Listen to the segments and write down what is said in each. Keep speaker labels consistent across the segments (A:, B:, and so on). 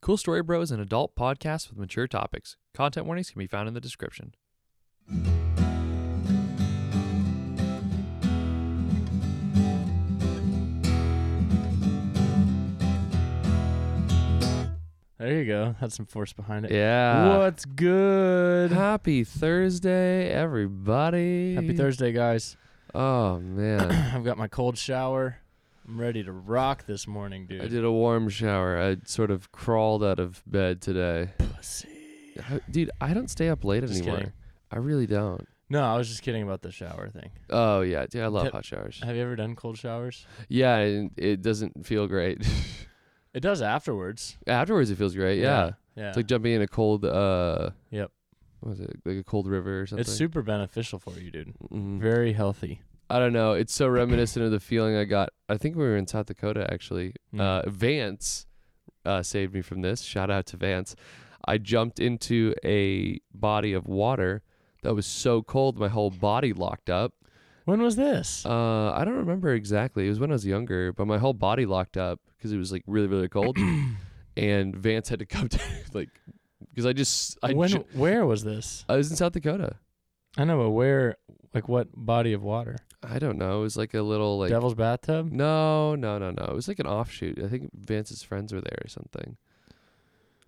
A: Cool Story Bro is an adult podcast with mature topics. Content warnings can be found in the description.
B: There you go. Had some force behind it.
A: Yeah.
B: What's good?
A: Happy Thursday, everybody.
B: Happy Thursday, guys.
A: Oh, man.
B: I've got my cold shower. I'm ready to rock this morning, dude.
A: I did a warm shower. I sort of crawled out of bed today.
B: Pussy.
A: I- Dude, I don't stay up late
B: Just
A: anymore.
B: kidding.
A: I really don't.
B: No, I was just kidding about the shower thing.
A: Oh, yeah. Dude, I love
B: Yep.
A: hot showers.
B: Have you ever done cold showers?
A: Yeah, and it doesn't feel great.
B: It does afterwards.
A: Afterwards, it feels great. Uh, Yeah.
B: Yeah.
A: It's like jumping in a cold, uh,
B: Yep.
A: what was it? Like a cold river or something.
B: it's super beneficial for you, dude.
A: Mhm.
B: Very healthy.
A: I don't know. It's so reminiscent of the feeling I got. I think we were in South Dakota actually.
B: Mm.
A: Uh, Vance uh, saved me from this. Shout out to Vance. I jumped into a body of water that was so cold, my whole body locked up.
B: When was this?
A: Uh, I don't remember exactly. It was when I was younger, but my whole body locked up because it was like really, really cold. and Vance had to come to like because I just I
B: when
A: ju-
B: where was this?
A: I was in South Dakota.
B: I know, but where like what body of water?
A: I don't know. It was like a little like Mm,
B: Devil's bathtub?
A: No, no, no, no. It was like an offshoot. I think Vance's friends were there or something.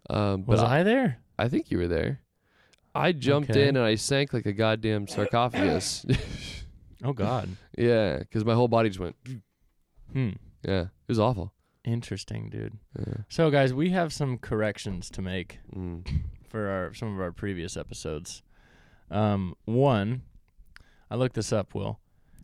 A: Um, but
B: Was
A: I,
B: I there?
A: I think you were there. I jumped
B: Okay.
A: in and I sank like a goddamn sarcophagus.
B: Oh god.
A: yeah, because my whole body just went.
B: hmm.
A: Yeah, it was awful.
B: Interesting, dude.
A: Yeah.
B: So, guys, we have some corrections to make
A: Mm.
B: for our some of our previous episodes. Um, one, I looked this up. Will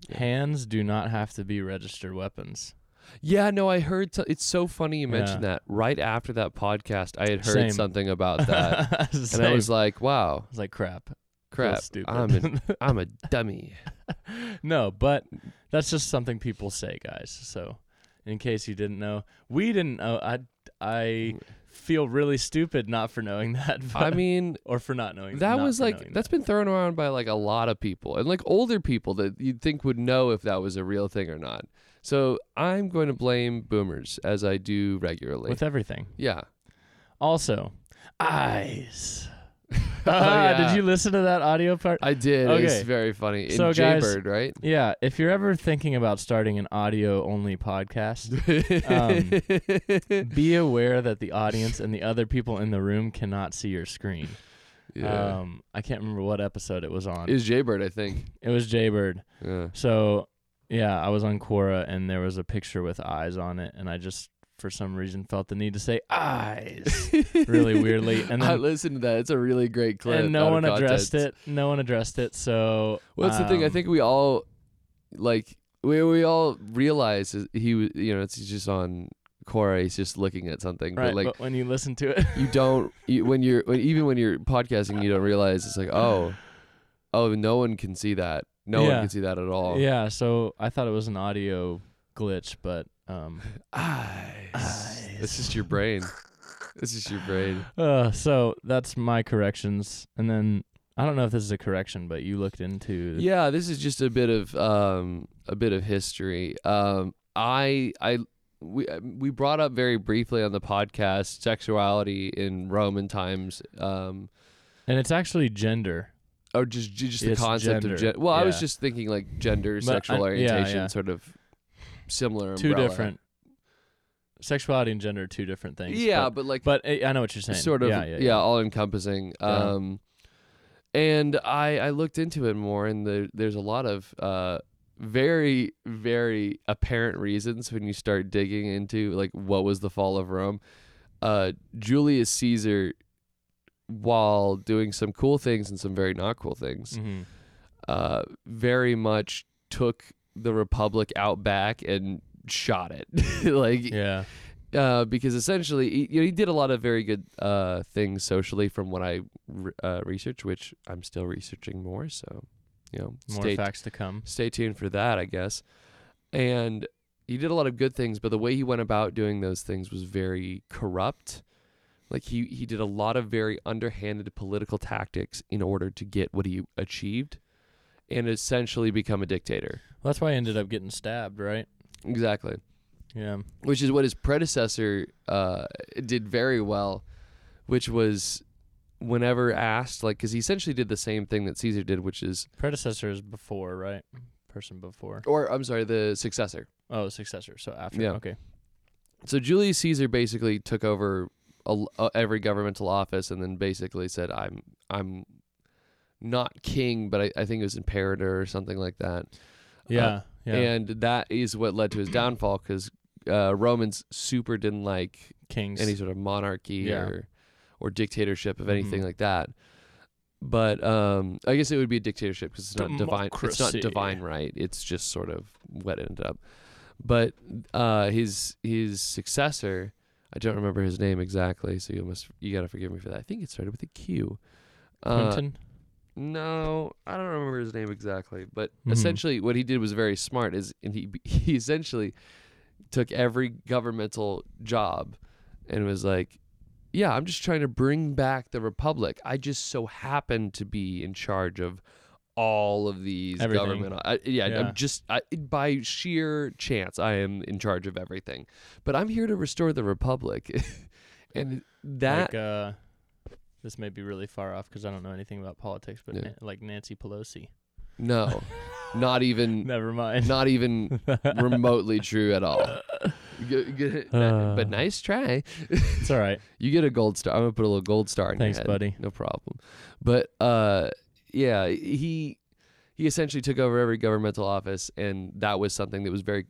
A: Yeah.
B: hands do not have to be registered weapons.
A: Yeah, no, I heard. so- it's so funny you mentioned that. Right after that podcast, I had heard
B: Same.
A: something about that, Uh, and
B: Same.
A: I was like, "Wow,
B: I was like, crap, feels
A: crap!
B: stupid.
A: I'm a, I'm a dummy."
B: no, but that's just something people say, guys. So, in case you didn't know, we didn't know. I I feel really stupid not for knowing that.
A: I
B: but-
A: mean,
B: or for not knowing
A: that
B: not
A: was
B: for
A: like
B: knowing
A: that's been thrown around by like a lot of people and like older people that you'd think would know if that was a real thing or not so i'm going to blame boomers as i do regularly
B: with everything.
A: yeah
B: Also, eyes.
A: Oh,
B: Ah,
A: yeah.
B: Did you listen to that audio part?
A: i did it's
B: Okay.
A: very funny in
B: So, guys-
A: jaybird right
B: Yeah, if you're ever thinking about starting an audio only podcast, be aware that the audience and the other people in the room cannot see your screen.
A: yeah.
B: Um, I can't remember what episode it was on.
A: is jaybird i think
B: it was Jaybird.
A: yeah.
B: So, yeah, I was on Quora and there was a picture with eyes on it, and I just, for some reason, felt the need to say eyes really weirdly. And
A: i
B: then
A: listened to that it's a really great clip
B: and no
A: out of
B: one addressed
A: context.
B: it. No one addressed it. So
A: Well, that's the thing. I
B: um,
A: think we all like we we all realize is- he was you know it's he's just on Quora. He's just looking at something,
B: right,
A: but like
B: but when you listen to it,
A: you don't you, when you're when, even when you're podcasting, you don't realize it's like oh oh no one can see that. No one
B: Yeah.
A: can see that at all.
B: yeah. So I thought it was an audio glitch, but um,
A: eyes. It's just your brain. It's just your brain.
B: uh, so that's my corrections. And then I don't know if this is a correction, but you looked into
A: Yeah, this is just a bit of um, a bit of history. Um, I I we uh, we brought up very briefly on the podcast sexuality in Roman times, um,
B: and it's actually gender.
A: or just ju- just the
B: It's
A: concept of
B: gender,
A: gender. Well, I was
B: yeah.
A: just thinking like gender,
B: But I-
A: sexual
B: yeah,
A: orientation,
B: yeah.
A: sort of similar.
B: Two
A: umbrella.
B: different sexuality and gender, are two different things.
A: Yeah,
B: but,
A: but, like
B: but eh, I know what you're saying.
A: sort of
B: yeah,
A: yeah,
B: yeah,
A: all encompassing.
B: Yeah.
A: Um, and I I looked into it more, and there, there's a lot of uh, very very apparent reasons when you start digging into like what was the fall of Rome. Uh, Julius Caesar, while doing some cool things and some very not cool things,
B: Mhm.
A: uh, very much took the republic out back and shot it like
B: yeah.
A: uh, because essentially he, you know, he did a lot of very good uh, things socially from what I re- uh, researched, which I'm still researching more. So, you know,
B: More
A: stay,
B: facts to come.
A: stay tuned for that, I guess. And he did a lot of good things, but the way he went about doing those things was very corrupt. Like he, he did a lot of very underhanded political tactics in order to get what he achieved and essentially become a dictator.
B: Well, that's why I ended up getting stabbed, right?
A: Exactly.
B: Yeah.
A: which is what his predecessor uh, did very well, which was whenever asked, like, because he essentially did the same thing that Caesar did, which is,
B: Predecessor is before, right? Person before.
A: or I'm sorry, the successor.
B: Oh, successor. So after.
A: Yeah.
B: Okay.
A: So Julius Caesar basically took over a l- uh, every governmental office and then basically said, "I'm I'm not king, but I, I think it was imperator or something like that."
B: Yeah. yeah.
A: Uh, And that is what led to his downfall because uh, Romans super didn't like
B: Kings.
A: any sort of monarchy
B: Yeah.
A: or or dictatorship of anything
B: Mhm.
A: like that. But um, I guess it would be a dictatorship because it's not divine. It's not
B: Democracy.
A: divine right. It's just sort of what it ended up. But uh, his his successor, I don't remember his name exactly, so you must you gotta forgive me for that. I think it started with a Q. Uh,
B: Clinton.
A: no, I don't remember his name exactly, but
B: Mhm.
A: essentially what he did was very smart. Is and he he essentially took every governmental job and was like, "Yeah, I'm just trying to bring back the republic. I just so happen to be in charge of all of these
B: Everything.
A: governmental. I, yeah,
B: Yeah.
A: I'm just I, by sheer chance I am in charge of everything, but I'm here to restore the republic." and that
B: like, uh, this may be really far off because I don't know anything about politics, but
A: Yeah.
B: Na- like Nancy Pelosi.
A: no, not even.
B: Never mind.
A: Not even remotely true at all. G- g- n- but
B: Uh.
A: nice try.
B: it's all right.
A: You get a gold star. I'm gonna put a little gold star in
B: Thanks,
A: your head.
B: buddy.
A: No problem. But uh, yeah, he he essentially took over every governmental office, and that was something that was very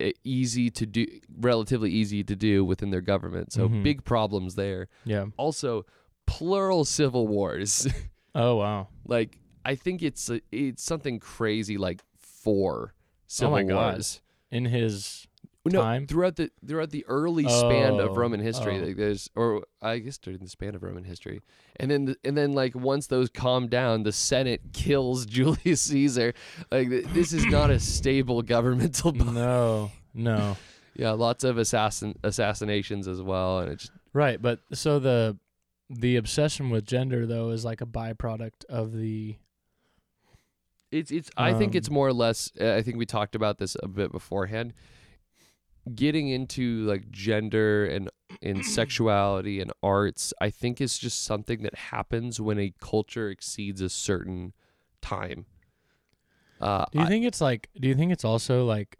A: e- easy to do, relatively easy to do within their government. So
B: Mhm.
A: big problems there.
B: Yeah.
A: Also, plural civil wars.
B: Oh wow.
A: like I think it's a, it's something crazy like four civil
B: Oh my God.
A: wars.
B: In his
A: no,
B: time?
A: throughout the throughout the early span of
B: Oh,
A: Roman history.
B: oh.
A: Like there's, or I guess during the span of Roman history, and then the, and then like once those calm down, the Senate kills Julius Caesar. Like th- this is not a stable
B: Mm.
A: governmental. bo-
B: no, no.
A: yeah, lots of assassin assassinations as well, and it's
B: Right, but so the the obsession with gender though is like a byproduct of the
A: it's it's. I think it's
B: Um,
A: more or less. uh, I think we talked about this a bit beforehand. Getting into like gender and and sexuality and arts, I think is just something that happens when a culture exceeds a certain time. Uh,
B: Do you
A: I-
B: think it's like do you think it's also like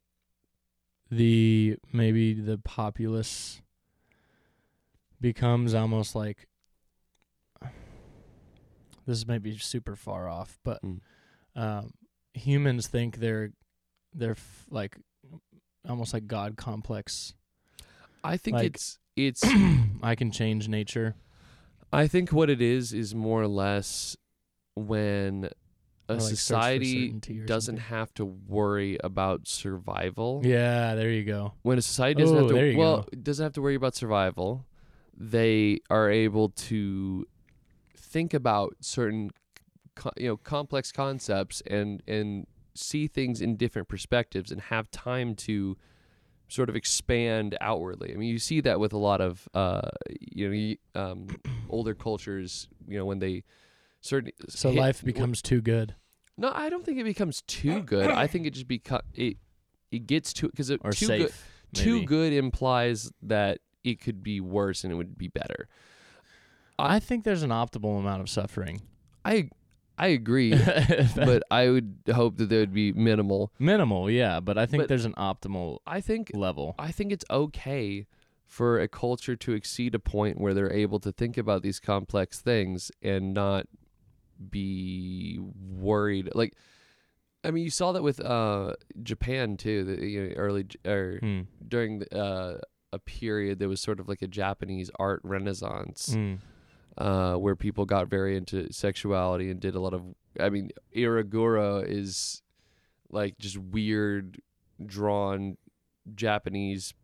B: the maybe the populace becomes almost like this might be super far off, but
A: Mm.
B: um, humans think they're they're f- like almost like god complex.
A: I think
B: like-
A: it's it's.
B: I can change nature.
A: I think what it is is more or less when a
B: or, like, search for
A: society
B: certainty or
A: doesn't
B: something.
A: have to worry about survival.
B: Yeah, there you go.
A: when a society doesn't have
B: Oh,
A: to
B: there you
A: well doesn't have to worry about survival they are able to think about certain co- you know complex concepts and and see things in different perspectives and have time to sort of expand outwardly i mean you see that with a lot of uh you know y- um older cultures you know when they certain
B: So
A: hit-
B: life becomes too good
A: no i don't think it becomes too good i think it just become it it gets too because
B: or
A: too
B: safe.
A: good too
B: maybe.
A: good implies that it could be worse and it would be better.
B: I think there's an optimal amount of suffering,
A: I I agree, but I would hope that there would be minimal.
B: minimal, yeah. But I think
A: But-
B: there's an optimal
A: I think
B: level.
A: I think it's okay for a culture to exceed a point where they're able to think about these complex things and not be worried like I mean, you saw that with uh, Japan too. The you know, early J- or
B: Hmm.
A: during the, uh, a period there was sort of like a Japanese art renaissance,
B: Mm.
A: uh, where people got very into sexuality and did a lot of. I mean, iragura is like just weird, drawn Japanese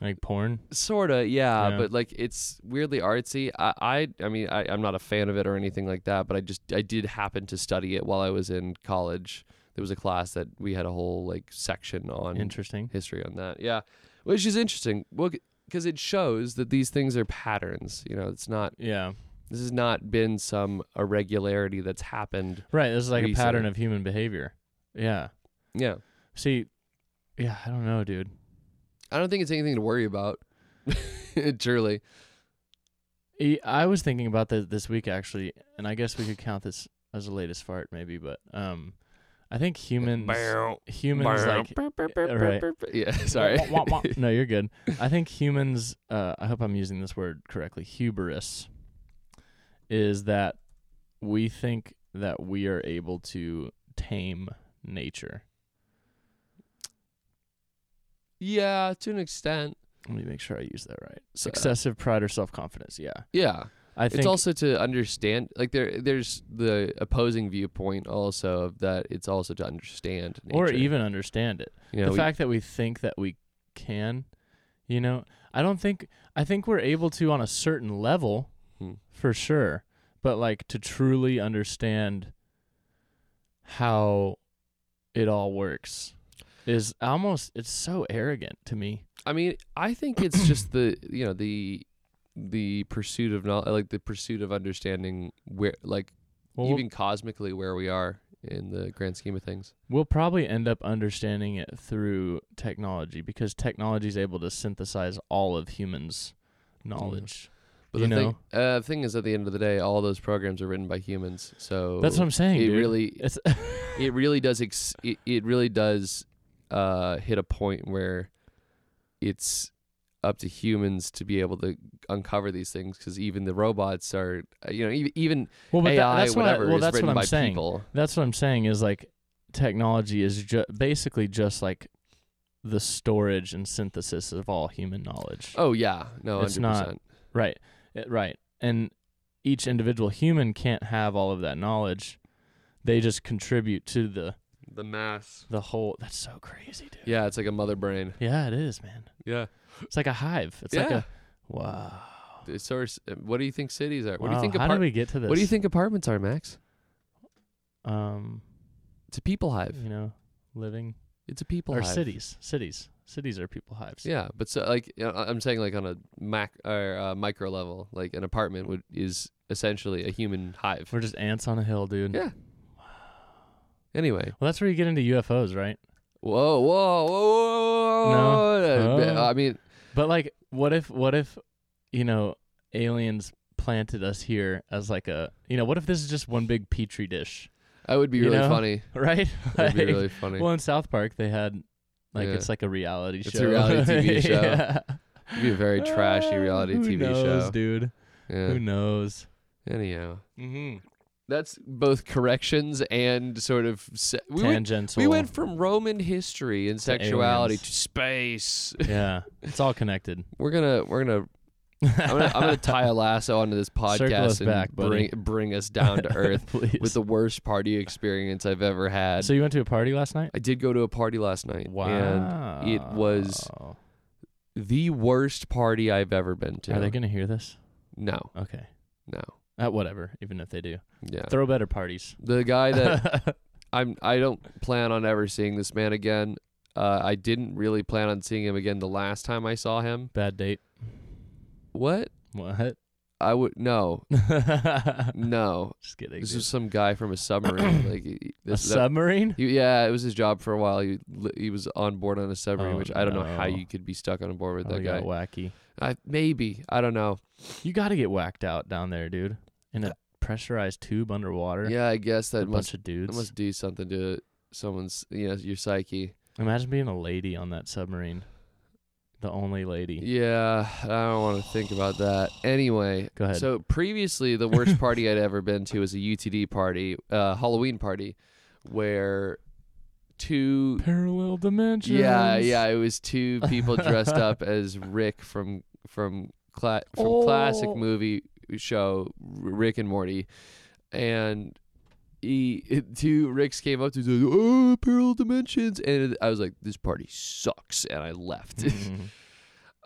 B: Like porn.
A: sorta, yeah,
B: Yeah.
A: But like it's weirdly artsy. I, I, I mean, I, I'm not a fan of it or anything like that. But I just I did happen to study it while I was in college. There was a class that we had a whole like section on
B: Interesting.
A: history on that. Yeah, which is interesting. Well, because it shows that these things are patterns. You know, it's not
B: Yeah.
A: this has not been some irregularity that's happened.
B: Right. This is like a pattern
A: Recently.
B: of human behavior. Yeah.
A: Yeah.
B: See. Yeah. I don't know, dude.
A: I don't think it's anything to worry about. Truly.
B: E- I was thinking about that this week actually, and I guess we could count this as the latest fart maybe, but um, I think humans humans like right.
A: Yeah, sorry.
B: Wah, wah, wah. no, you're good. I think humans. Uh, I hope I'm using this word correctly. Hubris is that we think that we are able to tame nature.
A: yeah, to an extent.
B: Let me make sure I use that right. Excessive pride or self confidence. Yeah,
A: Yeah.
B: I think
A: It's also to understand like there there's the opposing viewpoint also of that it's also to understand nature.
B: or even understand it.
A: you know,
B: the
A: we-
B: fact that we think that we can, you know, I don't think I think we're able to on a certain level,
A: Hmm.
B: for sure. But like to truly understand how it all works is almost it's so arrogant to me.
A: I mean, I think it's just the you know the the pursuit of knowledge, like the pursuit of understanding where, like
B: Well,
A: even cosmically, where we are in the grand scheme of things.
B: we'll probably end up understanding it through technology because technology is able to synthesize all of humans'
A: Mm.
B: knowledge.
A: But
B: You
A: the thing, uh, thing is, at the end of the day, all those programs are written by humans. So
B: That's what I'm saying.
A: It
B: dude.
A: really,
B: it's
A: it really does. Ex- it, it really does uh, hit a point where it's up to humans to be able to uncover these things because even the robots are, uh, you know, even, even
B: well, but tha-
A: AI,
B: that's
A: whatever,
B: what I, well,
A: is
B: that's
A: written
B: what I'm
A: by
B: saying.
A: people.
B: That's what I'm saying is like technology is ju- basically just like the storage and synthesis of all human knowledge.
A: Oh yeah, no,
B: It's
A: 100%.
B: not- Right. It- right. And each individual human can't have all of that knowledge. They just contribute to the
A: the mass.
B: the whole. That's so crazy, dude.
A: Yeah, it's like a mother brain.
B: Yeah, it is, man.
A: Yeah,
B: It's like a hive. It's like
A: Yeah.
B: a wow.
A: it's source. uh, What do you think cities are? What do
B: Wow,
A: you think?
B: How
A: Apart-
B: did we get to this?
A: what do you think apartments are, Max?
B: Um,
A: It's a people hive.
B: you know, living
A: It's a people
B: or
A: hive.
B: cities, cities, cities are people hives.
A: Yeah, but so like you know, I- I'm saying, like on a mac or uh, micro level, like an apartment would is essentially a human hive.
B: We're just ants on a hill, dude.
A: Yeah. Anyway,
B: Well, that's where you get into UFOs, right?
A: whoa, whoa, whoa, whoa, whoa,
B: No.
A: whoa.
B: Oh.
A: I mean,
B: But like, what if, what if, you know, aliens planted us here as like a, you know, what if this is just one big petri dish,
A: that would be
B: You
A: really
B: know?
A: funny.
B: right?
A: That would be
B: Like,
A: really funny.
B: Well, in South Park, they had like
A: Yeah.
B: it's like a reality
A: It's a
B: show.
A: reality TV show.
B: yeah.
A: It'd be a very trashy
B: Ah,
A: reality
B: Who
A: TV
B: knows,
A: show.
B: dude. Who
A: Yeah.
B: knows?
A: Anyhow.
B: Mm-hmm.
A: That's both corrections and sort of se- we went,
B: Tangential.
A: we went from Roman history and sexuality
B: aliens.
A: to space.
B: yeah, it's all connected.
A: We're gonna we're gonna I'm gonna, I'm gonna tie a lasso onto this
B: Circle us
A: podcast and
B: back, buddy.
A: bring bring us down to earth
B: please.
A: with the worst party experience I've ever had.
B: so you went to a party last night?
A: I did go to a party last night,
B: Wow.
A: and it was the worst party I've ever been to.
B: Are they gonna hear this?
A: no,
B: Okay.
A: no,
B: Uh, whatever. Even if they do,
A: yeah.
B: Uh, throw better parties.
A: The guy that I'm I don't plan on ever seeing this man again. Uh, I didn't really plan on seeing him again the last time I saw him.
B: Bad date.
A: What?
B: What?
A: I would no, no.
B: Just kidding.
A: This
B: dude.
A: was some guy from a submarine. like he-
B: a
A: this, that-
B: submarine.
A: he- yeah, it was his job for a while. He li- he was on board on a submarine,
B: Oh,
A: which I don't know how
B: no.
A: you could be stuck on board with
B: Oh,
A: that
B: we
A: guy.
B: got wacky.
A: I, maybe I don't know.
B: You got to get whacked out down there, dude, in a pressurized tube underwater.
A: Yeah, I guess
B: with
A: that
B: a
A: must
B: bunch of
A: that
B: dudes.
A: must do something to someone's you know your psyche.
B: Imagine being a lady on that submarine. The only lady.
A: Yeah, I don't want to think about that. Anyway,
B: Go ahead.
A: So previously, the worst party I'd ever been to was a UTD party, uh, Halloween party, where two
B: Parallel dimensions.
A: yeah yeah it was two people dressed up as Rick from from cla- from classic
B: Oh.
A: movie show Rick and Morty, and. He, two Ricks came up to us, like, oh, parallel dimensions, and I was like, "This party sucks," and I left.
B: Mhm.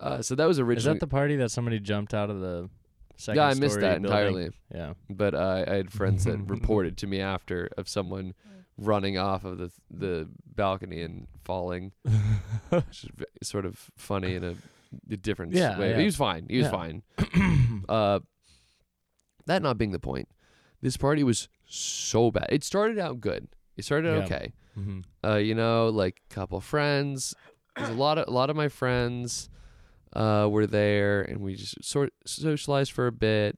A: uh, so that was
B: Is
A: originally.
B: that the party that somebody jumped out of the second
A: yeah, I missed
B: story
A: that
B: building?
A: entirely.
B: Yeah.
A: but uh, I had friends that reported to me after of someone running off of the the balcony and falling, which is v- sort of funny in a, a different
B: Yeah,
A: way. But
B: yeah.
A: He was fine. He was
B: Yeah.
A: fine. uh, that not being the point, this party was so bad. It started out good. It started out
B: Yeah.
A: okay.
B: Mhm.
A: Uh, you know, like couple friends, 'Cause a lot of a lot of my friends uh, were there, and we just sort socialized for a bit.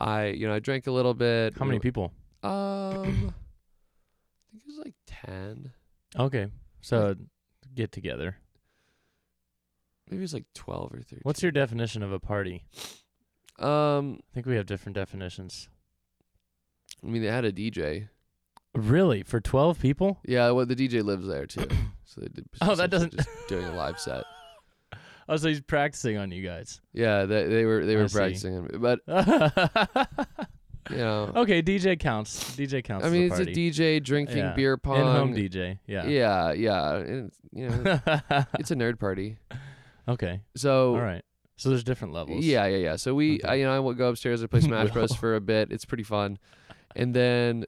A: I you know I drank a little bit.
B: How many people?
A: people? Um, I think it was like ten.
B: Okay, so get together.
A: Maybe it was like twelve or thirteen.
B: What's your definition of a party?
A: um?
B: I think we have different definitions.
A: I mean, they had a DJ.
B: Really, for twelve people?
A: Yeah, well, the DJ lives there too, so they did.
B: Oh, that
A: essentially
B: doesn't-
A: just doing a live set.
B: Oh, so he's practicing on you guys.
A: Yeah, they, they were they
B: I
A: were
B: see.
A: practicing, but
B: okay,
A: you know,
B: DJ counts. DJ counts.
A: I
B: as
A: mean,
B: a
A: it's a
B: Oh, party.
A: DJ drinking
B: Yeah.
A: beer pong.
B: In-home DJ. Yeah.
A: Yeah, yeah, and it's, you know, it's a nerd party.
B: okay.
A: So
B: All right. So there's different levels.
A: yeah, yeah, yeah. So we,
B: Okay.
A: I, you know, I would go upstairs. I play Smash Bros
B: Whoa.
A: for a bit. It's pretty fun, and then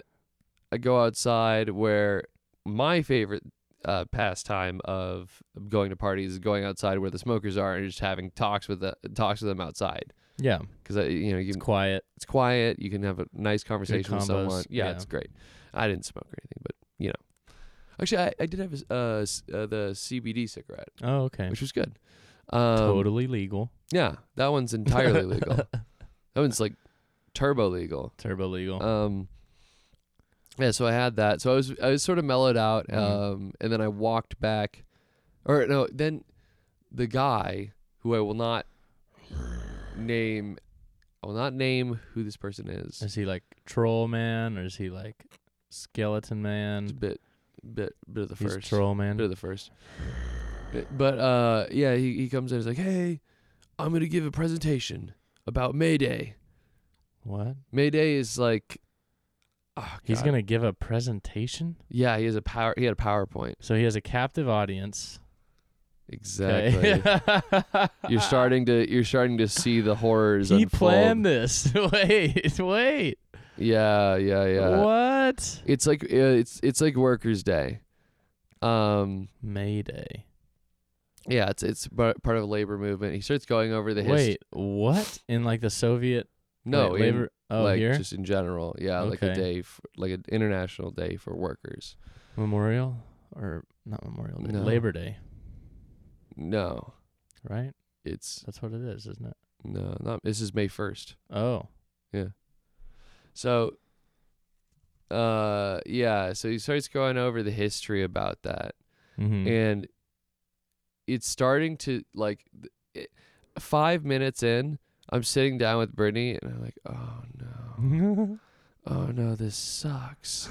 A: I go outside where my favorite uh, pastime of going to parties is going outside where the smokers are and just having talks with the talks with them outside
B: Yeah.
A: because you know you
B: It's
A: can,
B: quiet.
A: it's quiet. You can have a nice conversation with
B: combos,
A: someone. Yeah,
B: yeah.
A: it's great. I didn't smoke or anything, but you know, actually, I, I did have a s- uh, s- uh, the CBD cigarette,
B: Oh, okay.
A: which was good. Um,
B: totally legal.
A: Yeah, that one's entirely legal. That one's like turbo legal.
B: Turbo legal.
A: Um, yeah, so I had that. So I was I was sort of mellowed out,
B: Mhm.
A: um, and then I walked back, or no, then the guy who I will not name, I will not name who this person is.
B: is he like troll man or is he like skeleton
A: It's a
B: man?
A: bit, bit, bit of the
B: He's
A: first,
B: troll man.
A: bit of the first. But uh, yeah, he he comes in. He's like, "Hey, I'm gonna give a presentation about May Day.
B: what?
A: May Day is like, oh,
B: He's
A: God.
B: gonna give a presentation.
A: Yeah, he has a power. He had a PowerPoint.
B: So he has a captive audience.
A: Exactly. you're starting to you're starting to see the horrors.
B: He
A: unfold.
B: planned this. wait, wait.
A: Yeah, yeah, yeah.
B: What?
A: It's like uh, it's it's like Workers' Day. Um.
B: Mayday.
A: Yeah, it's it's par- part of a labor movement. He starts going over the history.
B: Wait, what? In like the Soviet
A: no,
B: wait,
A: in-
B: labor oh
A: like
B: here
A: just in general. Yeah, like a
B: Okay.
A: day, f like an international day for workers.
B: Memorial or not Memorial Day,
A: No.
B: Labor Day,
A: No,
B: right?
A: it's
B: That's what it is, isn't it?
A: no, not. This is May first.
B: Oh,
A: So, uh, yeah. So he starts going over the history about that,
B: mm-hmm.
A: and it's starting to like th- it, five minutes in. I'm sitting down with Brittany, and I'm like, oh
B: Mm.
A: no, oh no, this sucks.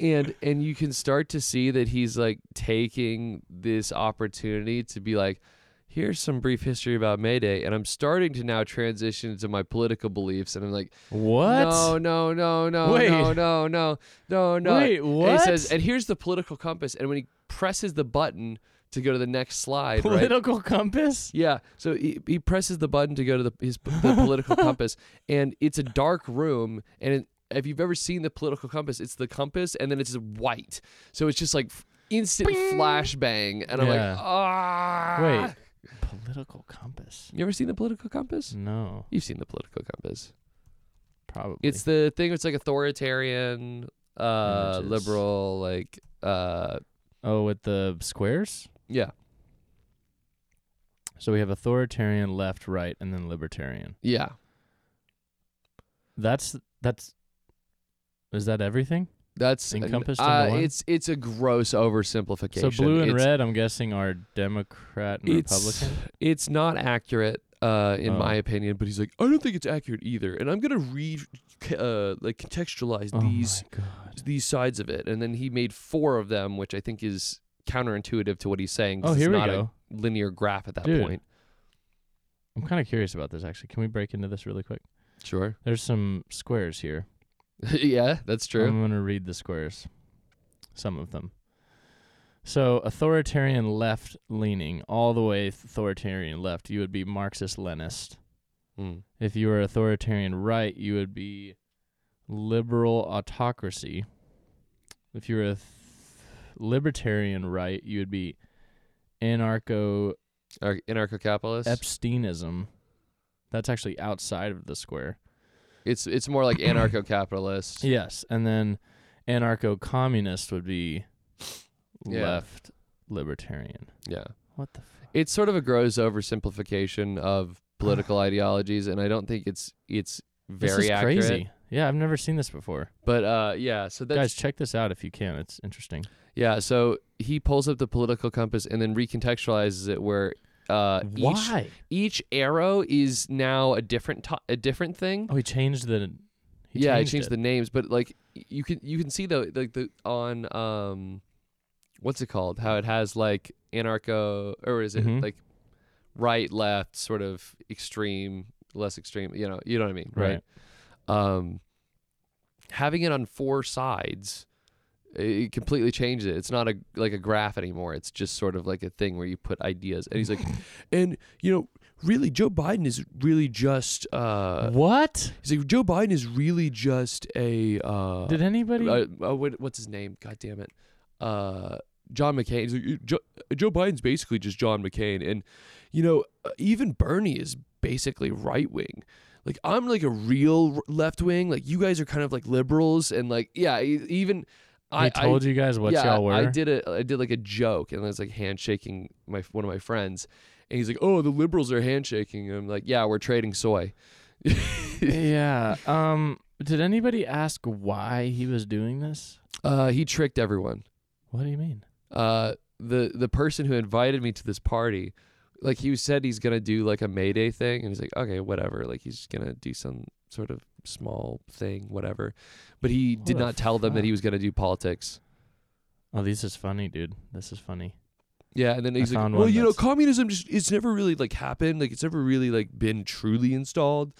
A: and and you can start to see that he's like taking this opportunity to be like here's some brief history about mayday and i'm starting to now transition to my political beliefs and i'm like
B: what?
A: no no no no
B: Wait.
A: no no no no no
B: Wait,
A: and he
B: what?
A: says and here's the political compass and when he presses the button to go to the next slide right
B: Political compass?
A: yeah. So he, he presses the button to go to the his the political compass, and it's a dark room. And it, if you've ever seen the political compass, it's the compass, and then it's white. So it's just like f- instant flashbang. And I'm
B: Yeah.
A: like, ah.
B: Wait, political compass?
A: You ever seen the political compass?
B: No,
A: You've seen the political compass.
B: probably.
A: It's the thing. It's like authoritarian, uh,
B: Images.
A: liberal, like, uh,
B: oh, with the squares.
A: yeah,
B: So we have authoritarian, left, right, and then libertarian.
A: yeah.
B: That's that's. Is that everything?
A: That's an-
B: Encompassed in the
A: uh,
B: one?
A: it's it's a gross oversimplification.
B: So blue and
A: It's-
B: red, I'm guessing, are Democrat and Republican.
A: It's not accurate, uh, in
B: Oh.
A: my opinion. But he's like, I don't think it's accurate either, and I'm gonna re, uh, like contextualize
B: Oh my
A: these
B: God.
A: these sides of it, and then he made four of them, which I think is counterintuitive to what he's saying. 'cause
B: Oh, here
A: it's
B: we
A: not
B: go.
A: A linear graph at that
B: Dude.
A: point.
B: I'm kind of curious about this actually. Can we break into this really quick?
A: Sure.
B: There's some squares here.
A: yeah, that's true.
B: I'm going to read the squares, some of them. So, authoritarian left leaning, all the way authoritarian left, you would be Marxist Leninist.
A: Mm.
B: If you were authoritarian right, you would be liberal autocracy. If you were a th- libertarian right, you would be anarcho
A: Hmm. Ar- Anarcho-capitalist.
B: Epsteinism. That's actually outside of the square.
A: it's it's more like anarcho-capitalist.
B: Yes, and then anarcho communist would be
A: Yeah.
B: left libertarian.
A: Yeah.
B: What the fuck?
A: It's sort of a gross oversimplification of political ideologies, and I don't think it's it's very
B: this is
A: accurate.
B: crazy. Yeah, I've never seen this before.
A: But uh, yeah, so that's
B: Guys, check this out if you can. It's interesting.
A: yeah. So he pulls up the political compass and then recontextualizes it where uh, each
B: Why?
A: each arrow is now a different to- a different thing.
B: Oh, he changed the. He
A: yeah,
B: changed
A: I changed
B: it.
A: the names, but like y- you can you can see though like the on um what's it called? How it has like anarcho or is it
B: Mhm.
A: like right, left, sort of extreme, less extreme, you know, you know what I mean,
B: right.
A: right? Um having it on four sides i- it completely changed it. It's not a like a graph anymore. It's just sort of like a thing where you put ideas. And he's like, and you know, really, Joe Biden is really just uh,
B: what
A: He's like, Joe Biden is really just a. Uh,
B: did anybody?
A: uh, uh, what, what's his name? God damn it. Uh, John McCain. He's like, "You- Joe, Joe Biden's basically just John McCain. And, you know, uh, even Bernie is basically right wing. Like, I'm like a real r- left wing. Like, you guys are kind of like liberals. And, like, yeah, e- even.
B: I,
A: I I,
B: told you guys what
A: yeah,
B: y'all were.
A: I did a I did like a joke and I was like handshaking my one of my friends and he's like, "Oh, the liberals are handshaking." And I'm like, "Yeah, we're trading soy."
B: yeah. Um. Did anybody ask why he was doing this?
A: Uh, he tricked everyone.
B: What do you mean?
A: Uh, the the person who invited me to this party, like he said he's gonna do like a May Day thing, and he's like, okay, whatever. Like he's just gonna do some sort of small thing, whatever. But he did
B: What a
A: not tell them that he was gonna do politics.
B: Oh, this is funny, dude. This is funny.
A: Yeah, and then he's like,
B: found
A: well,
B: one
A: you know,
B: that's-
A: communism just it's never really like happened. Like it's never really like been truly installed.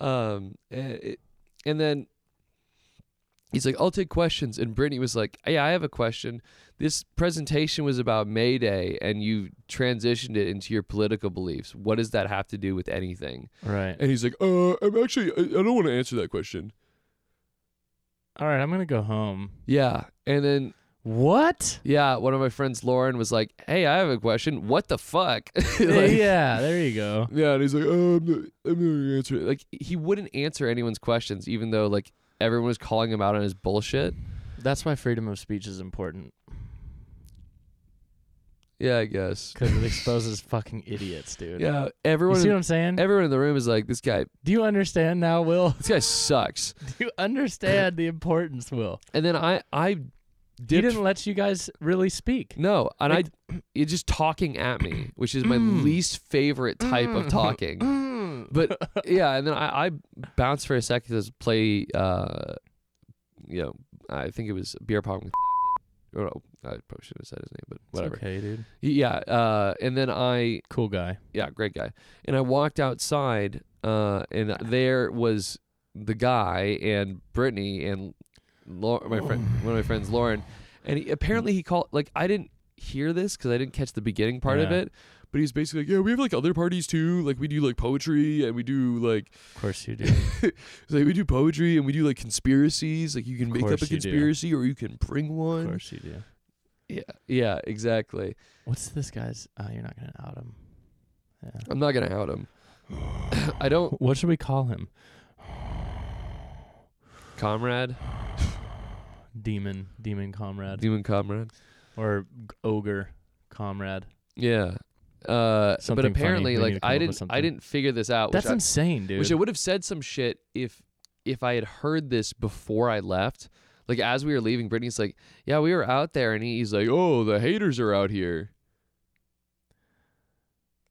A: Um, and, it, and then he's like, I'll take questions. And Brittany was like, Yeah, I have a question. This presentation was about May Day, and you transitioned it into your political beliefs. What does that have to do with anything?
B: Right.
A: And he's like, Uh, I'm actually, I, I don't want to answer that question.
B: All right. I'm gonna go home.
A: Yeah. And then,
B: What?
A: yeah, one of my friends, Lauren, was like, Hey, I have a question. What the fuck? Like-
B: yeah. There you go.
A: Yeah, and he's like, oh, I'm not, I'm not gonna answer it. Like he wouldn't answer anyone's questions, even though like everyone was calling him out on his bullshit.
B: That's why freedom of speech is important
A: Yeah, I guess.
B: because it exposes fucking idiots, dude.
A: Yeah,
B: You see what
A: everyone,
B: I'm saying?
A: everyone in the room is like, this guy,
B: Do you understand now, Will?
A: this guy sucks.
B: Do you understand the importance, Will?
A: And then I, I
B: He
A: dipped.
B: didn't let you guys really speak.
A: no, and
B: Like-
A: I, you're just talking at me, which is my
B: Mm.
A: least favorite type of talking. But yeah, and then I, I bounced for a second to play, uh, you know, I think it was beer pong with. Or, no, I probably shouldn't have said his name, but whatever.
B: okay, dude.
A: Yeah, uh, and then I
B: Cool guy.
A: yeah, great guy. And I walked outside, uh, and there was the guy and Brittany and Lau- my friend, one of my friends, Lauren. And he, apparently he called like I didn't hear this because I didn't catch the beginning part of
B: Yeah.
A: it. But he's basically like, yeah, we have like other parties too. Like we do like poetry and we do like,
B: Of course you do.
A: he's like we do poetry and we do like conspiracies. Like you can make up
B: course
A: a
B: you do.
A: conspiracy or you can bring
B: of
A: one.
B: course you do.
A: Yeah, yeah, exactly.
B: What's this guy's? Uh, you're not gonna out him. Yeah.
A: I'm not gonna out him. I don't,
B: What should we call him?
A: comrade,
B: Demon, demon comrade,
A: demon comrade.
B: or g- ogre comrade.
A: Yeah. Uh, but
B: Something funny.
A: apparently,
B: We need to
A: like
B: come
A: I
B: up with
A: didn't, I
B: something.
A: didn't figure this out.
B: That's
A: which,
B: insane,
A: I,
B: dude.
A: which I would have said some shit if, if I had heard this before I left. Like as we were leaving, Brittany's like, "Yeah, we were out there," and he's like, "Oh, the haters are out here."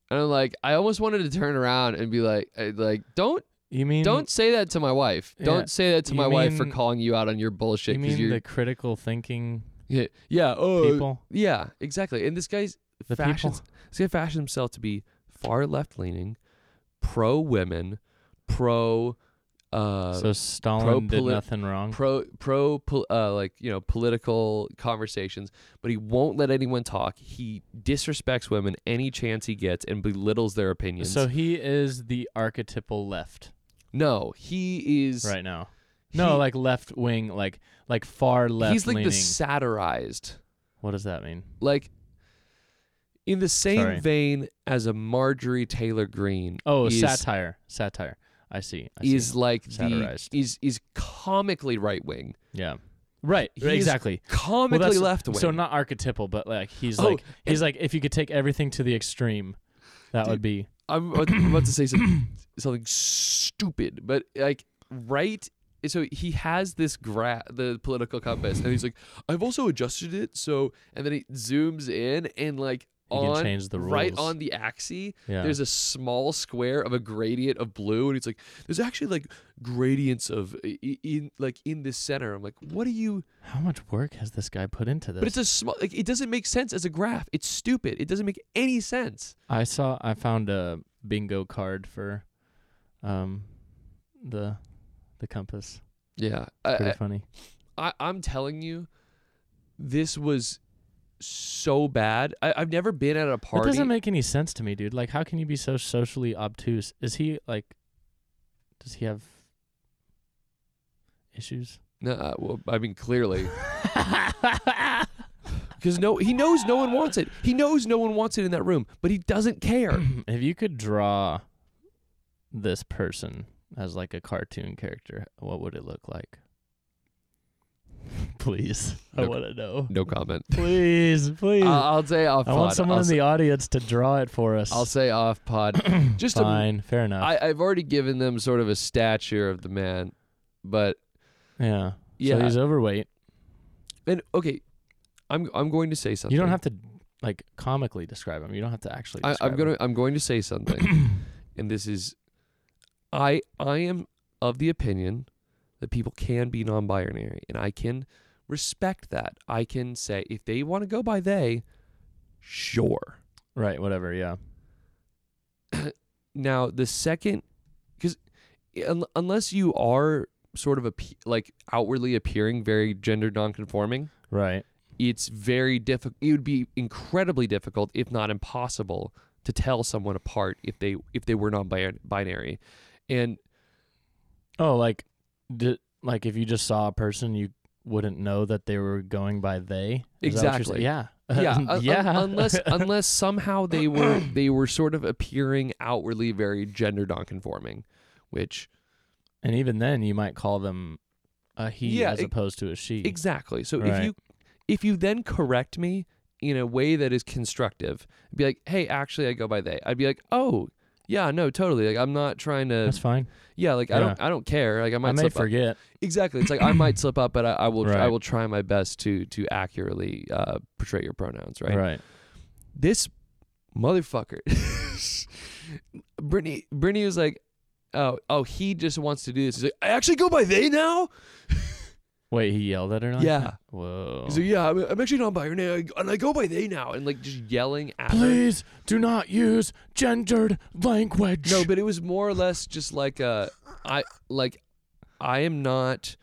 A: And I'm like, I almost wanted to turn around and be like, I- "Like, don't,
B: you mean
A: don't say that to my wife.
B: Yeah.
A: Don't say that to
B: You
A: my wife for
B: mean-
A: calling you out on your bullshit."
B: you
A: 'cause
B: mean
A: you're,
B: the critical thinking
A: yeah, yeah, oh,
B: people?
A: yeah, exactly. And this guy's
B: The people.
A: fashions this guy fashioned himself to be far left leaning, pro women, pro uh
B: so Stalin did
A: pro-polit-
B: nothing wrong.
A: pro pro pol- uh like, you know, political conversations, but he won't let anyone talk. He disrespects women any chance he gets and belittles their opinions.
B: so he is the archetypal left
A: no, he is
B: right now. No,
A: he-
B: like left wing, like like far left
A: he's like
B: leaning.
A: the satirized.
B: what does that mean?
A: Like in the same
B: Sorry.
A: vein as a Marjorie Taylor Greene.
B: Oh,
A: is-
B: satire, satire. I see. I see.
A: is like
B: Satirized.
A: the is is comically right wing.
B: yeah. Right.
A: He's
B: exactly. Well,
A: Comically
B: that's-
A: left wing.
B: So not archetypal, but like he's
A: Oh,
B: like he's like if you could take everything to the extreme, that would be
A: I'm about I'm about to say something, something stupid, but like right. So he has this gra- the political compass, and he's like, "I've also adjusted it so." And then he zooms in and like
B: you can
A: on
B: change the rules.
A: right on the axis,
B: yeah.
A: there's a small square of a gradient of blue, and he's like, "There's actually like gradients of i- i- in like in the center." I'm like, "What are you?"
B: How much work has this guy put into this?
A: But it's a small. Like, it doesn't make sense as a graph. It's stupid. It doesn't make any sense.
B: I saw I found a bingo card for um the the compass.
A: Yeah, I-
B: Pretty
A: I,
B: funny.
A: I, I'm telling you, this was so bad. I, I've never been at a
B: That
A: party.
B: doesn't make any sense to me, dude. Like how can you be so socially obtuse? Is he like does he have issues?
A: no, uh, well, I mean, clearly, because no, he knows no one wants it. He knows no one wants it in that room, but he doesn't care.
B: if you could draw this person as like a cartoon character, what would it look like? please, I
A: No-
B: want to know.
A: No comment.
B: Please, please.
A: I'll, I'll say off.
B: I
A: pod.
B: want someone
A: I'll,
B: in
A: s-
B: the audience to draw it for us.
A: I'll say off pod. Just a-
B: Fine, fair enough.
A: I, I've already given them sort of a stature of the man, but
B: yeah.
A: yeah.
B: So he's overweight.
A: and okay, I'm I'm going to say something.
B: You don't have to like comically describe him. You don't have to actually.
A: I,
B: describe
A: I'm gonna
B: Him.
A: I'm going to say something, and this is, I I am of the opinion that people can be non-binary, and I can respect that. I can say if they want to go by they, sure.
B: Right. Whatever. Yeah.
A: Now the second, because unless you are sort of a like outwardly appearing very gender non-conforming,
B: Right.
A: it's very difficult. It would be incredibly difficult, if not impossible, to tell someone apart if they if they were non-binary. And
B: Oh, like, d- like if you just saw a person, you wouldn't know that they were going by they. Is that what you're
A: Exactly.
B: saying? Yeah.
A: yeah, un- un-
B: Uh, yeah.
A: unless unless somehow they were they were sort of appearing outwardly very gender non-conforming, which
B: and even then, you might call them a he
A: Yeah,
B: as
A: e-
B: opposed to a she.
A: exactly. So if
B: Right.
A: you if you then correct me in a way that is constructive, be like, "Hey, actually, I go by they." I'd be like, "Oh." Yeah, no, totally. Like I'm not trying to.
B: That's fine.
A: Yeah, like I don't, I don't care. Like I might
B: I may
A: slip up.
B: forget.
A: Exactly. It's like I might slip up, but I, I will. I
B: Right.
A: will try my best to to accurately uh, portray your pronouns. Right.
B: right.
A: This motherfucker, Brittany. Brittany was like, "Oh, oh, he just wants to do this." He's like, "I actually go by they now."
B: Wait, he yelled at her. Like
A: Yeah.
B: that? Whoa.
A: He's like, "Yeah, I'm, I'm actually not by your name, and I go by they now," and like just yelling at her.
B: Please do not use gendered language.
A: No, but it was more or less just like uh, I like I am not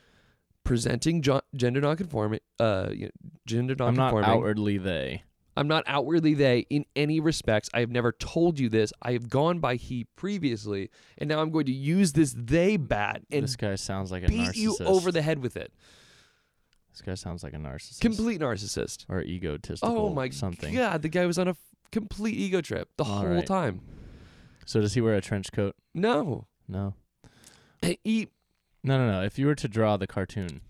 A: presenting jo- gender nonconforming. Uh, you know, gender
B: I'm not
A: nonconforming.
B: outwardly they.
A: I'm not outwardly they in any respects. I have never told you this. I have gone by he previously, and now I'm going to use this they bat and
B: this guy sounds like a
A: beat
B: narcissist.
A: you over the head with it.
B: This guy sounds like a narcissist
A: Complete narcissist.
B: or egotistical.
A: Oh my
B: something.
A: god, the guy was on a f- complete ego trip the
B: All
A: whole
B: right.
A: time.
B: So does he wear a trench coat?
A: No,
B: No.
A: he
B: No, no, no. If you were to draw the cartoon,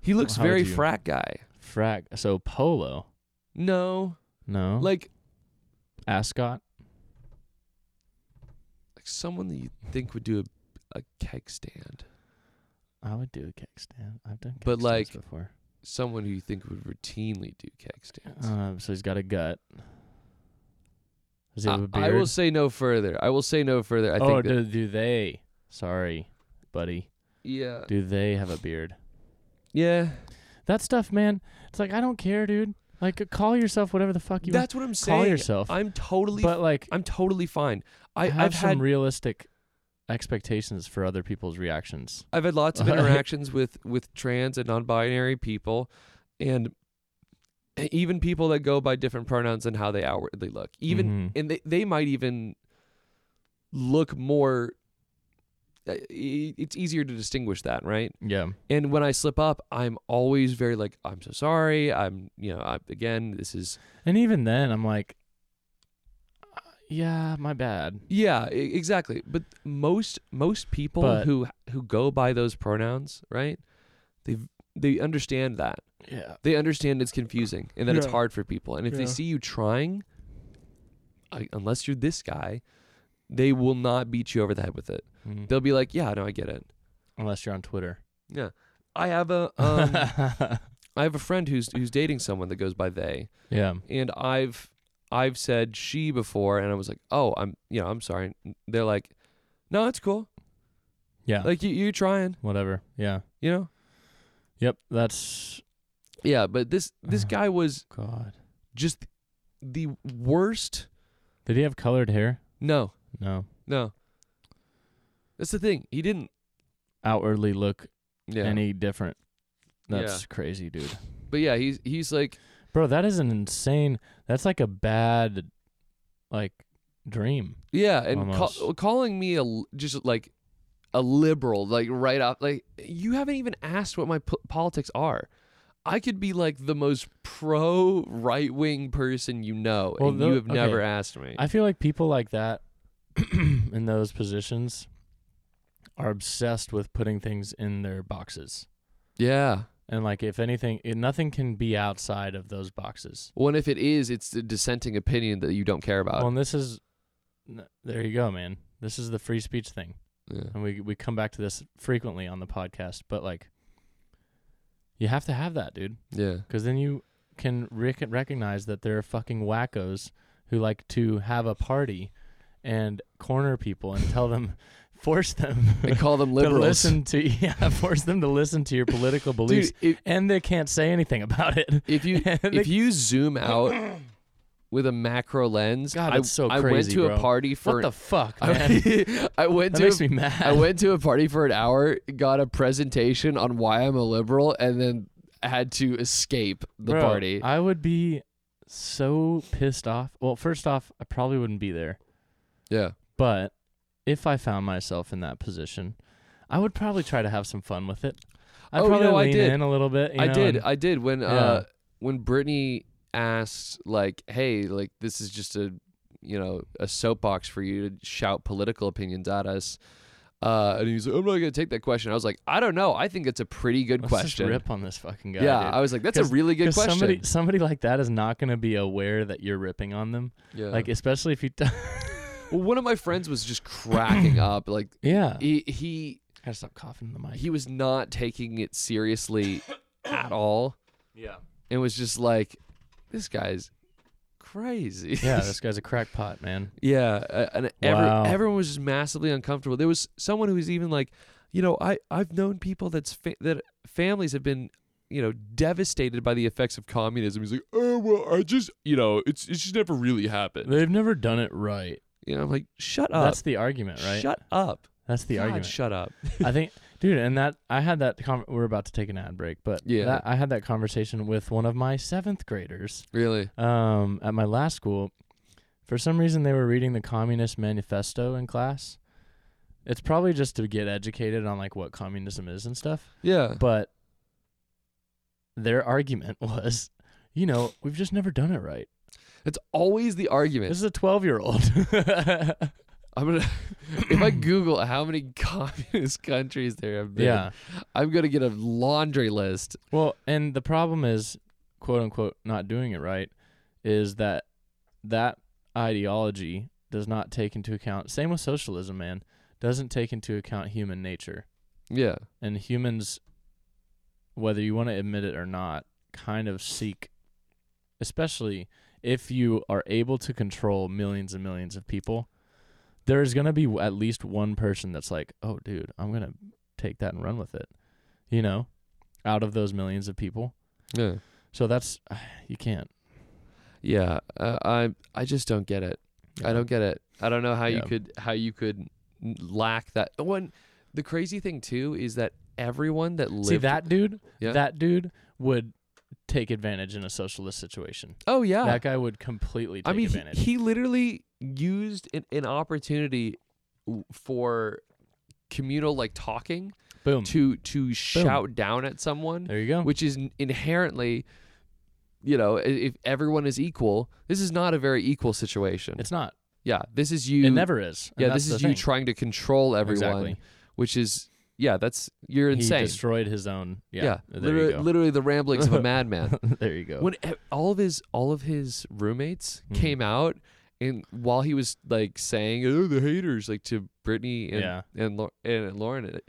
A: he looks
B: How would
A: very
B: you-
A: frat guy.
B: frag. So polo.
A: No,
B: No.
A: like
B: ascot.
A: like someone that you think would do a, a keg stand,
B: I would do a keg stand. I've done. Keg
A: But,
B: stands
A: like,
B: before.
A: someone who you think would routinely do keg stands.
B: Um, so he's got a gut. Does he
A: I-
B: have a beard?
A: I will say no further. I will say no further. I
B: oh,
A: think that-
B: do, do they? Sorry, buddy.
A: yeah,
B: Do they have a beard?
A: yeah.
B: That stuff, man. It's like I don't care, dude. Like call yourself whatever the fuck you
A: That's what I'm
B: want. Call
A: saying.
B: yourself.
A: I'm totally.
B: but like
A: I'm totally fine. I,
B: I have
A: I've
B: some
A: had
B: realistic expectations for other people's reactions.
A: I've had lots of
B: Like-
A: interactions with with trans and non-binary people, and e, even people that go by different pronouns and how they outwardly look. Even
B: Mhm.
A: and they they might even look more. uh, i- It's easier to distinguish that, right?
B: Yeah.
A: And when I slip up, I'm always very like, I'm so sorry. I'm, you know, I, again, this is
B: And even then, I'm like, uh, yeah, my bad.
A: Yeah, e- exactly. But most most people
B: But-
A: who who go by those pronouns, right? They they understand that.
B: Yeah.
A: They understand it's confusing and that it's
B: Yeah.
A: hard for people. And if they
B: Yeah.
A: see you trying, I, unless you're this guy, they will not beat you over the head with it.
B: Mhm.
A: They'll be like, "Yeah, no, I get it.
B: Unless you're on Twitter.
A: Yeah, I have a um, I have a friend who's who's dating someone that goes by they,
B: yeah.
A: and I've I've said she before, and I was like, "Oh, I'm you know I'm sorry." They're like, "No, it's cool.
B: Yeah.
A: Like you you trying,
B: Whatever. Yeah.
A: you know."
B: Yep. That's
A: Yeah, but this this
B: Uh.
A: guy was
B: God.
A: just the worst.
B: Did he have colored hair?
A: No,
B: No.
A: no. That's the thing. He didn't.
B: Outwardly look
A: Yeah.
B: any different.
A: Yeah.
B: That's crazy, dude.
A: but yeah, he's he's like
B: Bro, that is an insane. That's like a bad, like, dream.
A: yeah, and
B: Almost.
A: call, calling me a l- just like a liberal, like right off, like you haven't even asked what my po- politics are. I could be like the most pro right wing person you know,
B: Well,
A: and
B: tho-
A: you have
B: okay.
A: never asked me.
B: I feel like people like that in those positions are obsessed with putting things in their boxes.
A: yeah.
B: And like if anything, i- nothing can be outside of those boxes.
A: Well, and if it is, it's a dissenting opinion that you don't care about.
B: well, and this is n- there you go, man. This is the free speech thing.
A: yeah.
B: And we we come back to this frequently on the podcast, but like you have to have that, dude,
A: yeah.
B: cuz then you can rec- recognize that there are fucking wackos who like to have a party and corner people and tell them force them
A: And call them
B: to
A: liberals.
B: listen to yeah, force them to listen to your political beliefs,
A: Dude, if,
B: and they can't say anything about it.
A: if you
B: And
A: if
B: they-
A: you zoom out with a macro lens,
B: God,
A: I,
B: that's so
A: I went
B: crazy,
A: to a
B: bro.
A: party for
B: what the fuck, man?
A: I, I went
B: that
A: to
B: makes
A: a,
B: me mad.
A: I went to a party for an hour, got a presentation on why I'm a liberal, and then had to escape the
B: Bro,
A: party.
B: I would be so pissed off. Well, first off, I probably wouldn't be there,
A: yeah,
B: but if I found myself in that position, I would probably try to have some fun with it. I'd
A: Oh, you
B: probably
A: know, I
B: lean
A: did.
B: in a little bit. you
A: I
B: know,
A: did.
B: and-
A: I did when
B: Yeah.
A: uh when Brittany asked like, "Hey, like this is just a you know a soapbox for you to shout political opinions at us." Uh, and he's like, "I'm not gonna take that question." I was like, "I don't know. I think it's a pretty good
B: let's just
A: question."
B: rip on this fucking guy.
A: yeah,
B: dude.
A: I was like, "That's a
B: 'Cause-
A: really good
B: 'Cause
A: question."
B: Somebody, somebody like that is not going to be aware that you're ripping on them.
A: yeah.
B: Like, especially if you. T-
A: well, one of my friends was just cracking up. Like
B: yeah.
A: he he
B: gotta stop coughing in the mic.
A: he was not taking it seriously at all,
B: Yeah.
A: and was just like, "This guy's crazy."
B: Yeah, this guy's a crackpot, man.
A: Yeah, uh, and every,
B: Wow.
A: everyone was just massively uncomfortable. There was someone who was even like, you know, I I've known people that's fa- that families have been, you know, devastated by the effects of communism. He's like, oh well, I just, you know, it's it's just never really happened.
B: They've never done it right.
A: You know, I'm like, shut up,
B: That's the argument, right?
A: Uh, shut up,
B: That's the
A: God,
B: argument.
A: shut up.
B: I think, dude, and that I had that. Con- we're about to take an ad break, but
A: Yeah.
B: that, I had that conversation with one of my seventh graders
A: Really?
B: um, at my last school. For some reason, they were reading the Communist Manifesto in class. It's probably just to get educated on like what communism is and stuff.
A: Yeah.
B: But their argument was, you know, we've just never done it right.
A: It's always the argument.
B: This is a 12 year old.
A: I'm gonna if I Google how many communist countries there have been,
B: yeah.
A: I'm gonna get a laundry list.
B: Well, and the problem is, quote unquote, not doing it right is that that ideology does not take into account, same with socialism, man, doesn't take into account human nature.
A: Yeah.
B: And humans, whether you want to admit it or not, kind of seek, especially if you are able to control millions and millions of people, there is going to be at least one person that's like, oh, dude, I'm going to take that and run with it, you know, out of those millions of people.
A: Yeah.
B: So that's, you can't.
A: Yeah, uh, I I just don't get it. I don't get it. I don't know how you
B: Yeah.
A: could how you could n- lack that. One, the crazy thing too is that everyone that lived
B: See, that dude,
A: Yeah.
B: that dude would take advantage in a socialist situation.
A: oh yeah,
B: That guy would completely take
A: I mean he,
B: advantage.
A: he literally used an, an opportunity w- for communal like talking
B: Mm-hmm. Boom.
A: to to shout down at someone,
B: There you go.
A: which is n- inherently, you know, i- if everyone is equal, this is not a very equal situation.
B: It's not.
A: yeah, this is you.
B: it never is. and
A: Yeah,
B: that's
A: this is
B: the
A: you
B: thing.
A: trying to control everyone,
B: Exactly.
A: which is yeah, that's you're
B: He
A: insane.
B: destroyed his own. Yeah. There
A: literally,
B: you go.
A: literally the ramblings of a madman.
B: there you go.
A: when e- all of his all of his roommates
B: Mhm.
A: came out, and while he was like saying "oh the haters" like to Brittany and
B: yeah.
A: and Lau- and Lauren, it-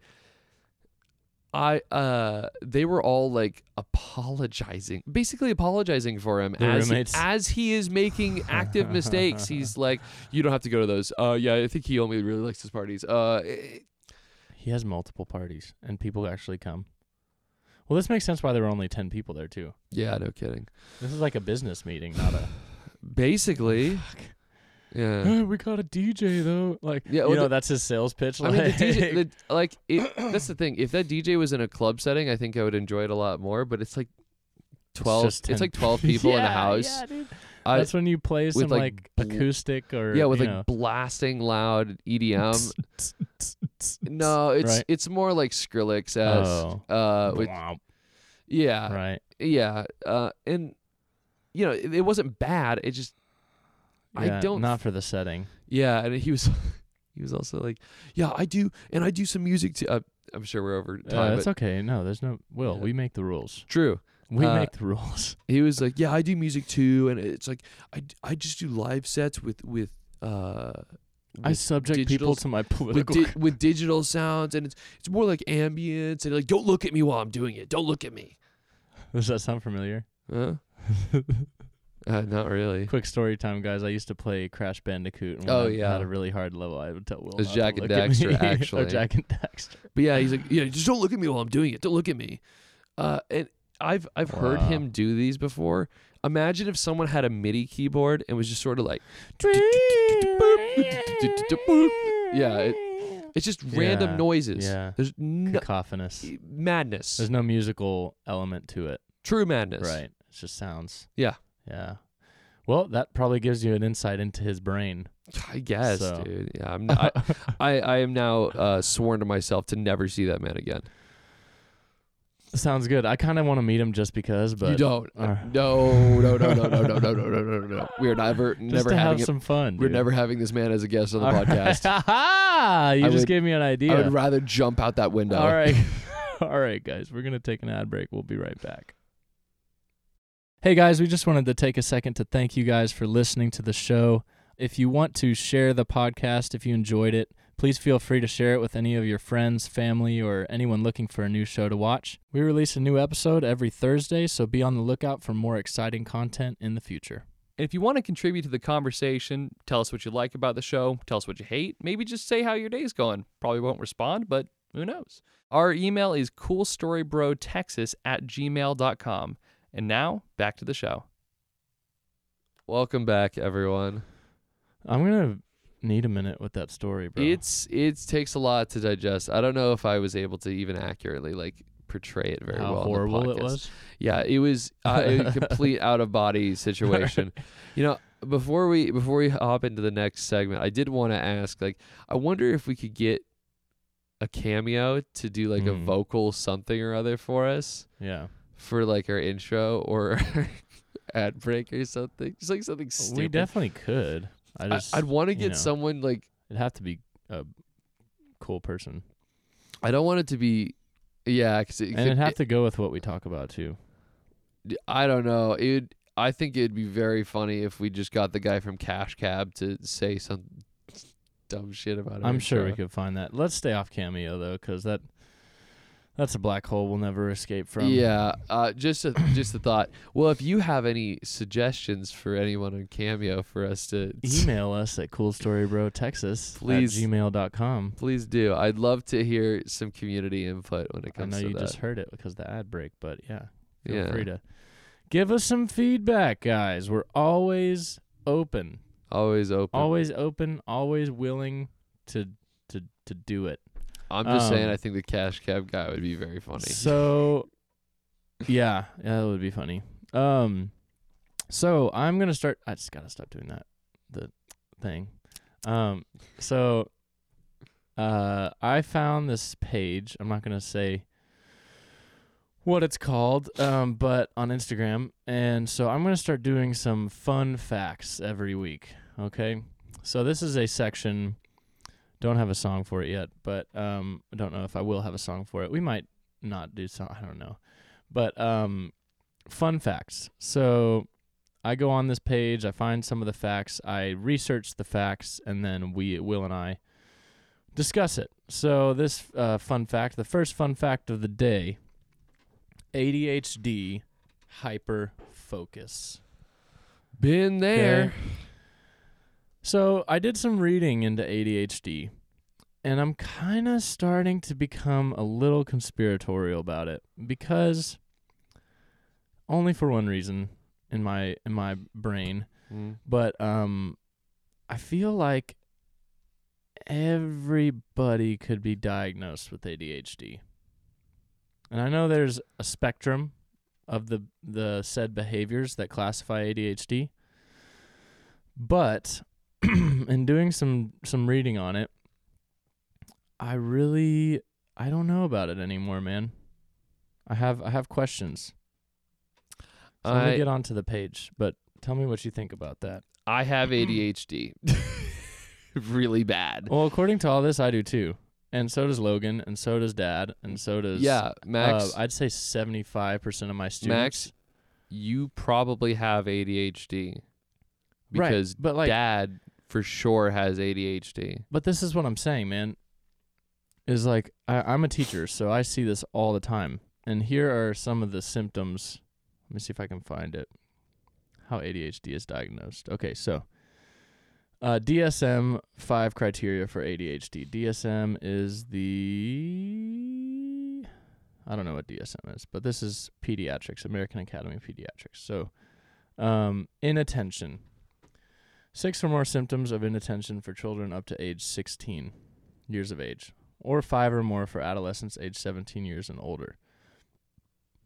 A: I uh they were all like apologizing, basically apologizing for him
B: The
A: as
B: roommates?
A: as he is making active mistakes. He's like, you don't have to go to those. Uh, yeah, I think he only really likes his parties. Uh, eh,
B: He has multiple parties and people actually come. Well, this makes sense why there were only 10 people there, too.
A: yeah, no kidding.
B: This is like a business meeting, not a.
A: Basically, yeah.
B: we got a DJ, though. Like,
A: Yeah,
B: you
A: well,
B: know,
A: the-
B: that's his sales pitch.
A: I mean, the
B: like-
A: DJ, the, like, it, that's the thing. If that DJ was in a club setting, I think I would enjoy it a lot more. But it's like twelve. It's,
B: just 10
A: like twelve people in a
B: Yeah,
A: house.
B: yeah, dude.
A: I-
B: that's when you play some,
A: like,
B: like,
A: bl-
B: acoustic or.
A: yeah, with
B: you
A: like
B: know,
A: blasting loud EDM. No, it's
B: Right.
A: it's more like Skrillex as
B: Oh.
A: uh which,
B: Womp,
A: yeah,
B: right.
A: yeah. Uh and you know, it, it wasn't bad. It just I
B: Yeah,
A: don't
B: Not for the setting.
A: yeah, and he was he was also like, "Yeah, I do and I do some music too." Uh, I'm sure we're over
B: Uh,
A: time.
B: that's
A: but
B: okay. No, there's no. Will,
A: Yeah.
B: we make the rules.
A: True.
B: We
A: Uh,
B: make the rules.
A: He was like, "Yeah, I do music too." And it's like I, d- I just do live sets with with uh
B: I
A: with
B: subject
A: digital
B: people to my
A: with,
B: political.
A: di- with digital sounds and it's it's more like ambience and like don't look at me while I'm doing it. Don't look at me.
B: Does that sound familiar?
A: Huh? uh, not really.
B: Quick story time, guys. I used to play Crash Bandicoot. And when
A: Oh,
B: I
A: yeah.
B: had a really hard level. I would tell Will.
A: It's
B: not
A: Jack
B: to
A: and
B: look at me.
A: Daxter, actually.
B: or Jack and Daxter.
A: But yeah, he's like, yeah, just don't look at me while I'm doing it. Don't look at me. Uh, and I've I've heard
B: Wow.
A: him do these before. Imagine if someone had a MIDI keyboard and was just sort of like, Yeah, it's just random
B: Yeah,
A: noises.
B: yeah.
A: There's no,
B: Cacophonous.
A: madness.
B: There's no musical element to it,
A: True madness.
B: right? It's just sounds.
A: Yeah.
B: Yeah. Well, that probably gives you an insight into his brain.
A: I guess,
B: So.
A: dude. Yeah, I'm. I, I, I am now uh, sworn to myself to never see that man again.
B: Sounds good. I kind of want to meet him just because, but
A: you don't.
B: Uh.
A: no, no, no, no, no, no, no, no, no, no, no. We're never,
B: just
A: never
B: to
A: having
B: have
A: it.
B: some fun.
A: We're
B: dude.
A: never having this man as a guest on the
B: All right.
A: podcast.
B: you
A: I
B: just
A: would-
B: gave me an idea.
A: I would rather jump out that window.
B: All right. All right, guys. We're going to take an ad break. We'll be right back. Hey, guys. We just wanted to take a second to thank you guys for listening to the show. If you want to share the podcast, if you enjoyed it, please feel free to share it with any of your friends, family, or anyone looking for a new show to watch. We release a new episode every Thursday, so be on the lookout for more exciting content in the future.
C: And if you want to contribute to the conversation, tell us what you like about the show, tell us what you hate, maybe just say how your day's going. Probably won't respond, but who knows? Our email is coolstorybrotexas at gmail.com. And now, back to the show.
A: Welcome back, everyone.
B: I'm going to need a minute with that story, bro.
A: It's it takes a lot to digest. I don't know if I was able to even accurately like portray it very
B: how
A: well. on the
B: horrible it
A: podcast.
B: was.
A: Yeah, it was uh, a complete out of body situation. You know, before we before we hop into the next segment, I did want to ask like I wonder if we could get a cameo to do like a
B: Mm.
A: vocal something or other for us
B: Yeah.
A: for like our intro or ad break or something. Just like something stupid.
B: We definitely could. I
A: I,
B: just
A: I'd want to
B: you
A: get
B: know.
A: someone like
B: It'd have to be a cool person,
A: I don't want it to be yeah, cause it,
B: and it'd
A: could-
B: have to go with what we talk about too.
A: it- I don't know. It would- I think it'd be very funny if we just got the guy from Cash Cab to say some dumb shit about it.
B: I'm sure we could find that. Let's stay off Cameo though, because that that's a black hole we'll never escape from.
A: Yeah, uh, just a just a thought. Well, if you have any suggestions for anyone on Cameo for us to
B: Email us at coolstorybrotexas
A: Please.
B: at gmail.com.
A: please do. I'd love to hear some community input when it
B: I
A: comes
B: know
A: to
B: you
A: that.
B: just heard it because the ad break, but yeah, feel
A: yeah,
B: free to give us some feedback, guys. We're always open,
A: always open.
B: always open, always willing to to to do it.
A: I'm just saying,
B: um,
A: I think the Cash Cab guy would be very funny.
B: So, yeah, yeah, that would be funny. Um, so I'm gonna start. I just gotta stop doing that, the thing. Um, so, uh, I found this page. I'm not gonna say what it's called, um, but on Instagram, and so I'm gonna start doing some fun facts every week. Okay, so this is a section Don't have a song for it yet, but um, I don't know if I will have a song for it. We might not do song. I don't know. But um, fun facts. So I go on this page. I find some of the facts. I research the facts, and then we, Will, and I discuss it. So this uh, fun fact, the first fun fact of the day: ADHD, hyper focus.
A: Been there.
B: So I did some reading into ADHD, and I'm kind of starting to become a little conspiratorial about it because only for one reason in my in my brain,
A: Mm.
B: but um, I feel like everybody could be diagnosed with ADHD, and I know there's a spectrum of the the said behaviors that classify ADHD, but in doing some some reading on it, I really I don't know about it anymore, man. I have I have questions. So I'm
A: I-
B: gonna get onto the page, but tell me what you think about that.
A: I have ADHD. really bad.
B: Well, according to all this, I do too, and so does Logan, and so does Dad, and so does
A: Yeah, Max.
B: uh, I'd say seventy-five percent of my students.
A: Max, you probably have ADHD
B: Right,
A: because
B: but like,
A: dad for sure has ADHD.
B: but this is what I'm saying, man. Is like I, I'm a teacher, so I see this all the time, and here are some of the symptoms. Let me see if I can find it. How ADHD is diagnosed. Okay, so uh, DSM five criteria for ADHD. DSM is the I don't know what DSM is, but this is pediatrics, American Academy of Pediatrics. So, um, inattention. Six or more symptoms of inattention for children up to age 16 years of age, or five or more for adolescents age 17 years and older.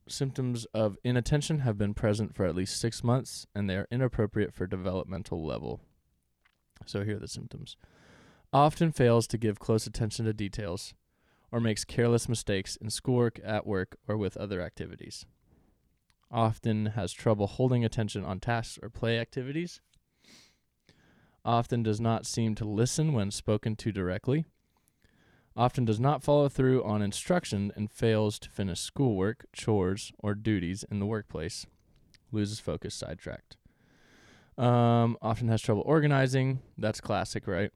B: Symptoms of inattention have been present for at least six months and they are inappropriate for developmental level. So, here are the symptoms often fails to give close attention to details or makes careless mistakes in schoolwork, at work, or with other activities. Often has trouble holding attention on tasks or play activities. Often does not seem to listen when spoken to directly. Often does not follow through on instruction and fails to finish schoolwork, chores, or duties in the workplace. Loses focus, sidetracked. Um, often has trouble organizing. That's classic, right?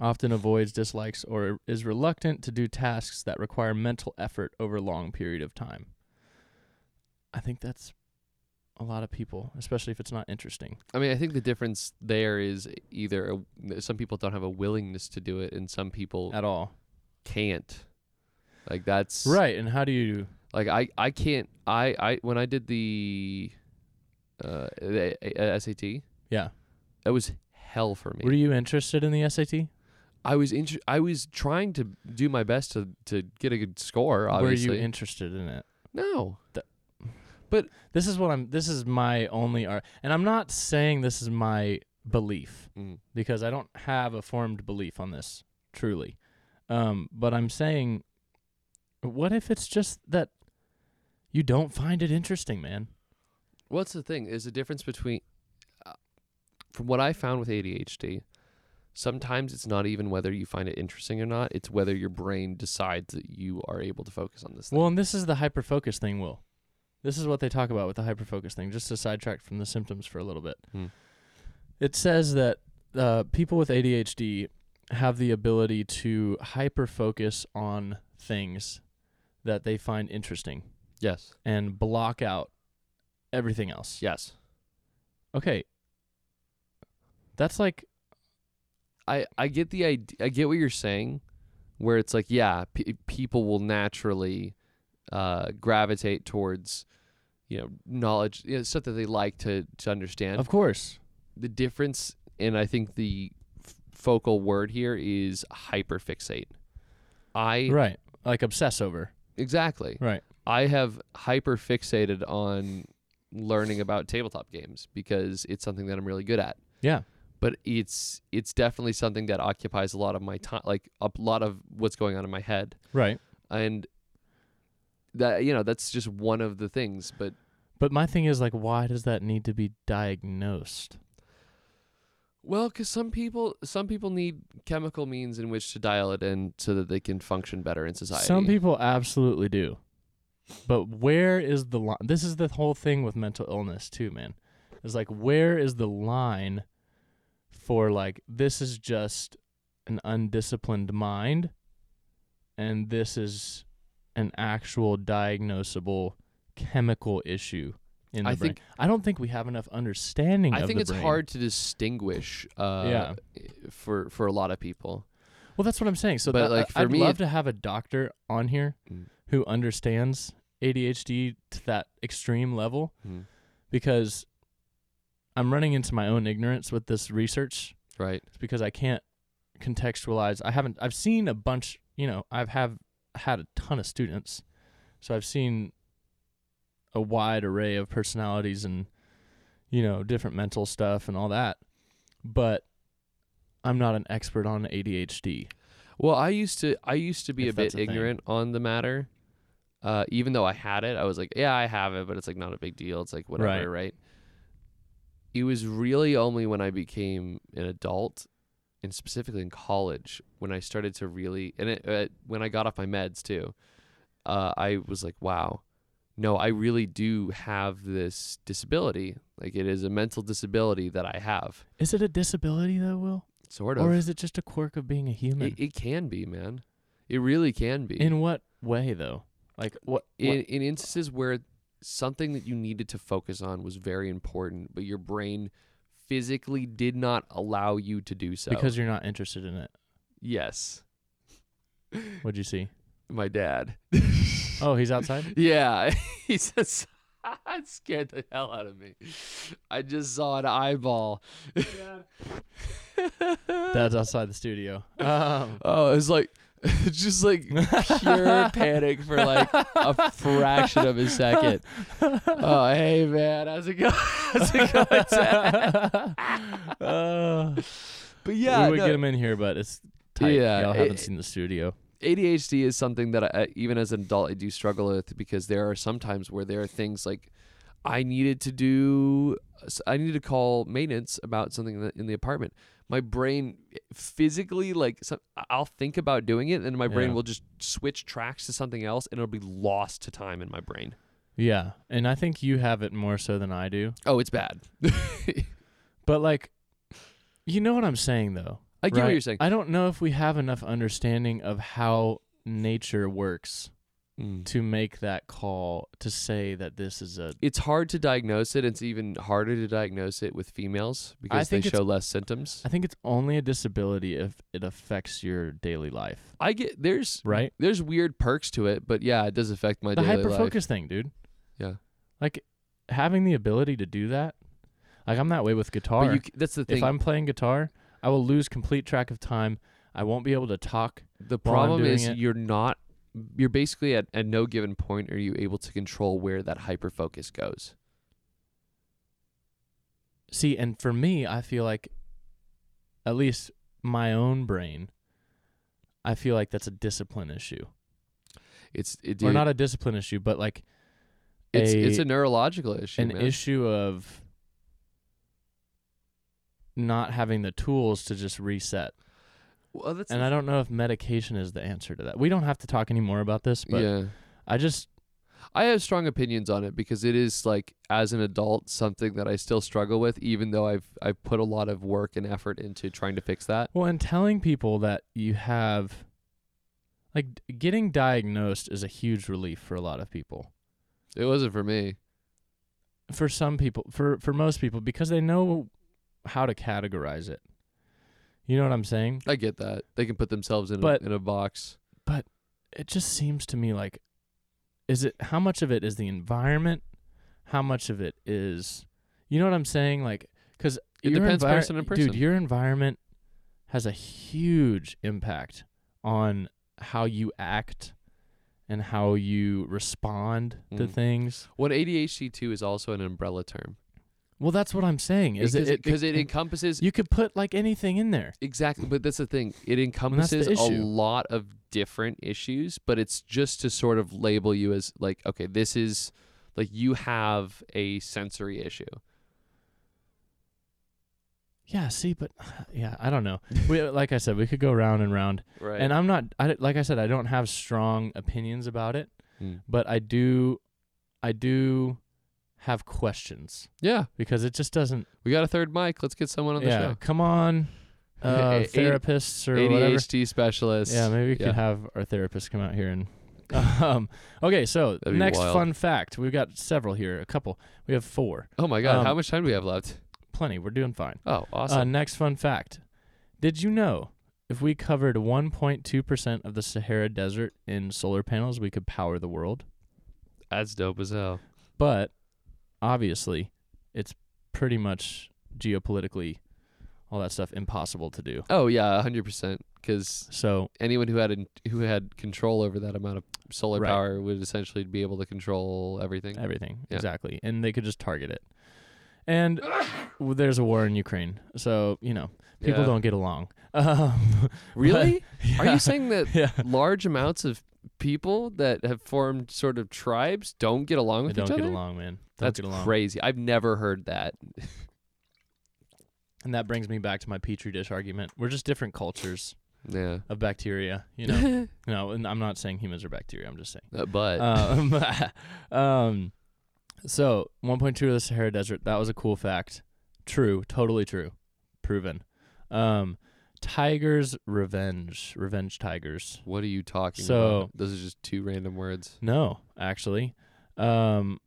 B: often avoids dislikes or is reluctant to do tasks that require mental effort over a long period of time. I think that's a lot of people, especially if it's not interesting.
A: I mean, I think the difference there is either a, some people don't have a willingness to do it, and some people
B: At all.
A: can't. Like that's
B: Right, and how do you
A: Like I, I can't. I, I when I did the, uh, the uh, SAT,
B: Yeah.
A: that was hell for me.
B: Were you interested in the SAT?
A: I was inter- I was trying to do my best to to get a good score. Obviously,
B: Were you interested in it?
A: no.
B: This is what I'm this is my only art and I'm not saying this is my belief
A: Mm.
B: because I don't have a formed belief on this, truly. Um, but I'm saying what if it's just that you don't find it interesting, man?
A: What's the thing? Is the difference between, uh, from what I found with ADHD, sometimes it's not even whether you find it interesting or not. It's whether your brain decides that you are able to focus on this thing.
B: Well, and this is the hyperfocus thing, Will. This is what they talk about with the hyperfocus thing, just to sidetrack from the symptoms for a little bit.
A: Hmm.
B: It says that uh, people with ADHD have the ability to hyperfocus on things that they find interesting
A: yes.
B: and block out everything else.
A: Yes.
B: Okay. That's like
A: I I get the idea. I get what you're saying, where it's like, yeah, p- people will naturally uh, gravitate towards, you know, knowledge, you know, stuff that they like to to understand.
B: Of course.
A: the difference, and I think the f- focal word here is hyperfixate. I
B: Right. Like obsess over.
A: exactly.
B: Right.
A: I have hyperfixated on learning about tabletop games because it's something that I'm really good at.
B: Yeah.
A: but it's it's definitely something that occupies a lot of my time like a lot of what's going on in my head
B: Right.
A: and that you know that's just one of the things but
B: But my thing is like why does that need to be diagnosed?
A: Well, because some people some people need chemical means in which to dial it in so that they can function better in society.
B: Some people absolutely do. But where is the line? This is the whole thing with mental illness too, man. It's like where is the line for like this is just an undisciplined mind and this is an actual diagnosable chemical issue in the
A: I
B: brain.
A: think-
B: I don't think we have enough understanding
A: I
B: of
A: think
B: the
A: it's
B: brain.
A: hard to distinguish. Uh, For for a lot of people.
B: Well, that's what I'm saying. So,
A: But,
B: that,
A: like,
B: I-
A: for
B: I'd
A: me,
B: love
A: it-
B: to have a doctor on here
A: Mm.
B: who understands ADHD to that extreme level,
A: Mm.
B: because I'm running into my own ignorance with this research.
A: Right.
B: It's because I can't contextualize. I haven't. I've seen a bunch. You know, I've have had a ton of students, so I've seen a wide array of personalities and you know different mental stuff and all that, but I'm not an expert on ADHD.
A: Well, I used to I used to be
B: If
A: a
B: that's
A: bit
B: a thing.
A: ignorant on the matter. Uh, even though I had it, I was like, yeah, I have it, but it's like not a big deal. It's like whatever, right? It was really only when I became an adult, and specifically in college, when I started to really and it, uh, when I got off my meds too, uh, I was like, wow, no, I really do have this disability. Like it is a mental disability that I have,
B: Is it a disability though, Will?
A: sort of.
B: Or is it just a quirk of being a human?
A: it, it can be, man. It really can be.
B: In what way though? Like what,
A: in,
B: what-
A: in instances where something that you needed to focus on was very important, but your brain physically did not allow you to do so.
B: because you're not interested in it.
A: yes,
B: What'd you see?
A: my dad.
B: Oh, he's outside?
A: Yeah, he says it scared the hell out of me. I just saw an eyeball.
B: That's outside the studio. Um
A: Oh, it's like just like pure panic for like a fraction of a second. Oh, hey man, how's it going? How's it going? Dad?
B: Uh,
A: But yeah,
B: we would
A: no,
B: get him in here, but it's tight.
A: Yeah,
B: Y'all haven't
A: it-
B: seen the studio.
A: ADHD is something that I, even as an adult I do struggle with because there are some times where there are things like I needed to do I needed to call maintenance about something in the, in the apartment. My brain physically like some, I'll think about doing it and my brain
B: Yeah.
A: will just switch tracks to something else and it'll be lost to time in my brain.
B: Yeah. And I think you have it more so than I do.
A: Oh, it's bad.
B: But like you know what I'm saying though.
A: I get what
B: right?
A: you're saying.
B: I don't know if we have enough understanding of how nature works
A: Hmm.
B: to make that call to say that this is a.
A: It's hard to diagnose it. It's even harder to diagnose it with females because they
B: think it's-
A: show less symptoms.
B: I think it's only a disability if it affects your daily life,
A: I get there's
B: right?
A: there's weird perks to it, but yeah, it does affect my
B: the
A: daily
B: hyper
A: life.
B: focus thing, dude.
A: Yeah.
B: Like having the ability to do that. Like I'm that way with guitar.
A: But you, c- that's the
B: if
A: thing.
B: I'm playing guitar, I will lose complete track of time. I won't be able to talk.
A: the
B: while I'm
A: problem
B: doing
A: is
B: it-
A: you're not. You're basically at, at no given point are you able to control where that hyper focus goes.
B: See, and for me, I feel like at least my own brain I feel like that's a discipline issue.
A: It's it,
B: or
A: dude,
B: not a discipline issue, but like
A: it's
B: a-
A: it's a neurological issue.
B: an
A: man.
B: issue of not having the tools to just reset.
A: Well, that's
B: And I don't know if medication is the answer to that. We don't have to talk anymore about this, but
A: yeah,
B: I just
A: I have strong opinions on it because it is like as an adult something that I still struggle with, even though I've I've put a lot of work and effort into trying to fix that.
B: well, and telling people that you have like d- getting diagnosed is a huge relief for a lot of people.
A: It wasn't for me.
B: For some people, for for most people because they know how to categorize it. You know what I'm saying?
A: I get that they can put themselves in
B: But-
A: a, in a box.
B: it just seems to me like is it how much of it is the environment how much of it is you know what i'm saying like because
A: It depends person to person.
B: dude your environment has a huge impact on how you act and how you respond to
A: Mm.
B: things
A: What ADHD two is also an umbrella term.
B: well that's what i'm saying is
A: because
B: it
A: because it, encompasses
B: you could put like anything in there
A: exactly but that's the thing it
B: that's the
A: encompasses a
B: issue.
A: lot of different issues but it's just to sort of label you as like okay this is like you have a sensory issue
B: Yeah, see, but yeah, I don't know. We like I said, we could go round and round.
A: Right.
B: And I'm not I, don't- like I said, I don't have strong opinions about it,
A: Mm.
B: but I do I do have questions
A: yeah,
B: because it just doesn't
A: we got a third mic. Let's get someone on the
B: yeah,
A: show.
B: come on uh,
A: A- a-
B: therapists or whatever.
A: ADHD specialist.
B: Yeah, maybe we
A: Yeah.
B: could have our therapist come out here and. Um, okay, so
A: That'd be
B: next
A: wild.
B: fun fact. We've got several here, a couple. We have four.
A: Oh my god,
B: Um,
A: how much time do we have left?
B: Plenty. We're doing fine.
A: Oh,
B: Uh,
A: awesome.
B: next fun fact. Did you know if we covered 1.2% of the Sahara Desert in solar panels, we could power the world?
A: That's dope as hell.
B: But obviously, it's pretty much geopolitically, all that stuff, impossible to do.
A: Oh yeah, hundred percent. Because
B: So,
A: anyone who had in, who had control over that amount of solar
B: Right.
A: power would essentially be able to control everything.
B: everything.
A: Yeah.
B: Exactly. And they could just target it. And w- there's a war in Ukraine. So, you know, people
A: Yeah.
B: don't get along. Um,
A: Really? Are
B: yeah.
A: you saying that
B: Yeah.
A: large amounts of people that have formed sort of tribes don't get along
B: They
A: with
B: don't
A: each
B: get
A: other?
B: along, man. Don't
A: That's
B: get along.
A: crazy. I've never heard that.
B: And that brings me back to my petri dish argument. We're just different cultures
A: Yeah.
B: of bacteria, you know. no, and I'm not saying humans are bacteria. I'm just saying.
A: Uh, but
B: Um, um, so 1.2 of the Sahara Desert. That was a cool fact. True, totally true, proven. Um, tigers revenge, revenge tigers.
A: what are you talking
B: So-
A: about? Those are just two random words.
B: No, actually. Um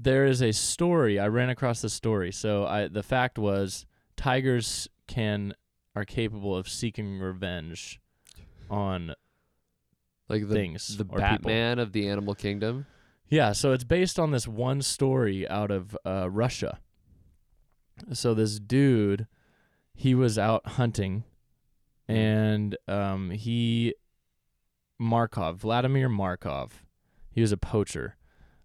B: there is a story. I ran across this story. So I the fact was tigers can are capable of seeking revenge on
A: Like the
B: things.
A: the
B: or people.
A: Batman of the animal kingdom.
B: Yeah, so it's based on this one story out of uh, Russia. So this dude, he was out hunting, and um, he Markov, Vladimir Markov, he was a poacher,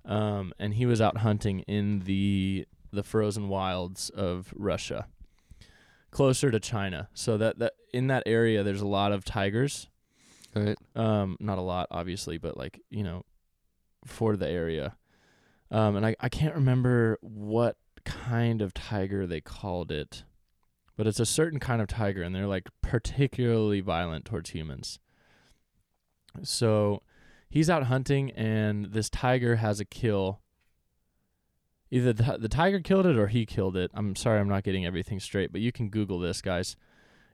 B: um, and he was out hunting in the the frozen wilds of Russia, closer to China. So that, that in that area, there's a lot of tigers.
A: All right.
B: Um, not a lot, obviously, but like you know, for the area. Um, and I I can't remember what kind of tiger they called it, but it's a certain kind of tiger, and they're like particularly violent towards humans. So, he's out hunting, and this tiger has a kill. Either the, the tiger killed it or he killed it. I'm sorry, I'm not getting everything straight, but you can Google this, guys.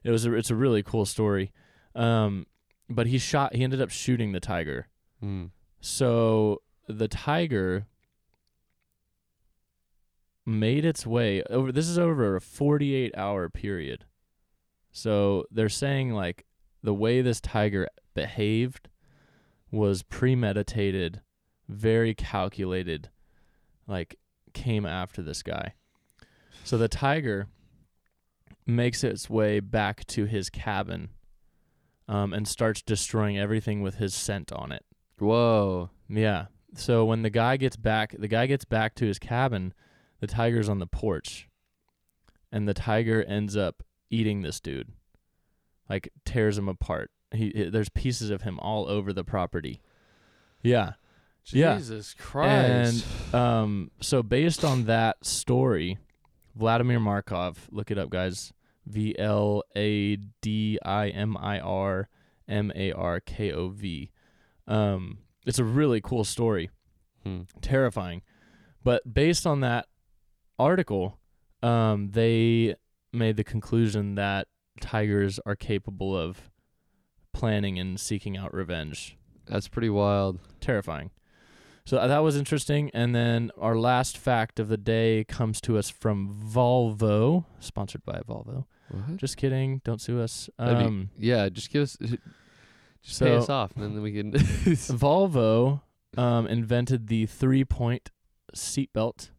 B: It was a, it's a really cool story. Um, but he shot he ended up shooting the tiger
A: Mm.
B: so the tiger made its way over this is over a 48 hour period so they're saying like the way this tiger behaved was premeditated very calculated like came after this guy so the tiger makes its way back to his cabin um, and starts destroying everything with his scent on it
A: Whoa.
B: yeah. So when the guy gets back, the guy gets back to his cabin, the tiger's on the porch. And the tiger ends up eating this dude. Like tears him apart. He, he- there's pieces of him all over the property. Yeah. Yeah.
A: Jesus Christ.
B: Um so based on that story, Vladimir Markov, look it up guys. V L A D I M I R M A R K O V. Um it's a really cool story
A: Hmm.
B: terrifying. But based on that article, um, they made the conclusion that tigers are capable of planning and seeking out revenge.
A: That's pretty wild.
B: Terrifying. So uh, that was interesting. And then our last fact of the day comes to us from Volvo, sponsored by Volvo.
A: What?
B: Just kidding. Don't sue us.
A: That'd be-
B: Um,
A: Yeah, just give us just pay
B: So-
A: us off and then we can
B: Volvo um, invented the three point seatbelt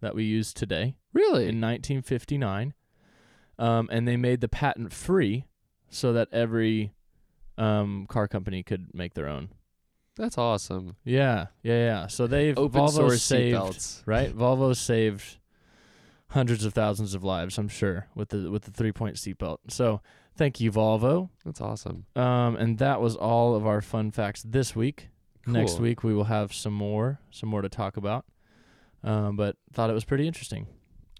B: that we use today.
A: Really?
B: in 1959, um, and they made the patent free so that every um, car company could make their own.
A: That's awesome.
B: Yeah, yeah, yeah. So they've
A: Open
B: Volvo
A: source
B: saved,
A: seatbelts.
B: right? Volvo saved hundreds of thousands of lives, I'm sure, with the with the three point seatbelt. So thank you, Volvo.
A: That's awesome.
B: Um, and that was all of our fun facts this week. Next
A: Cool.
B: week we will have some more, some more to talk about. Um, but thought it was pretty interesting.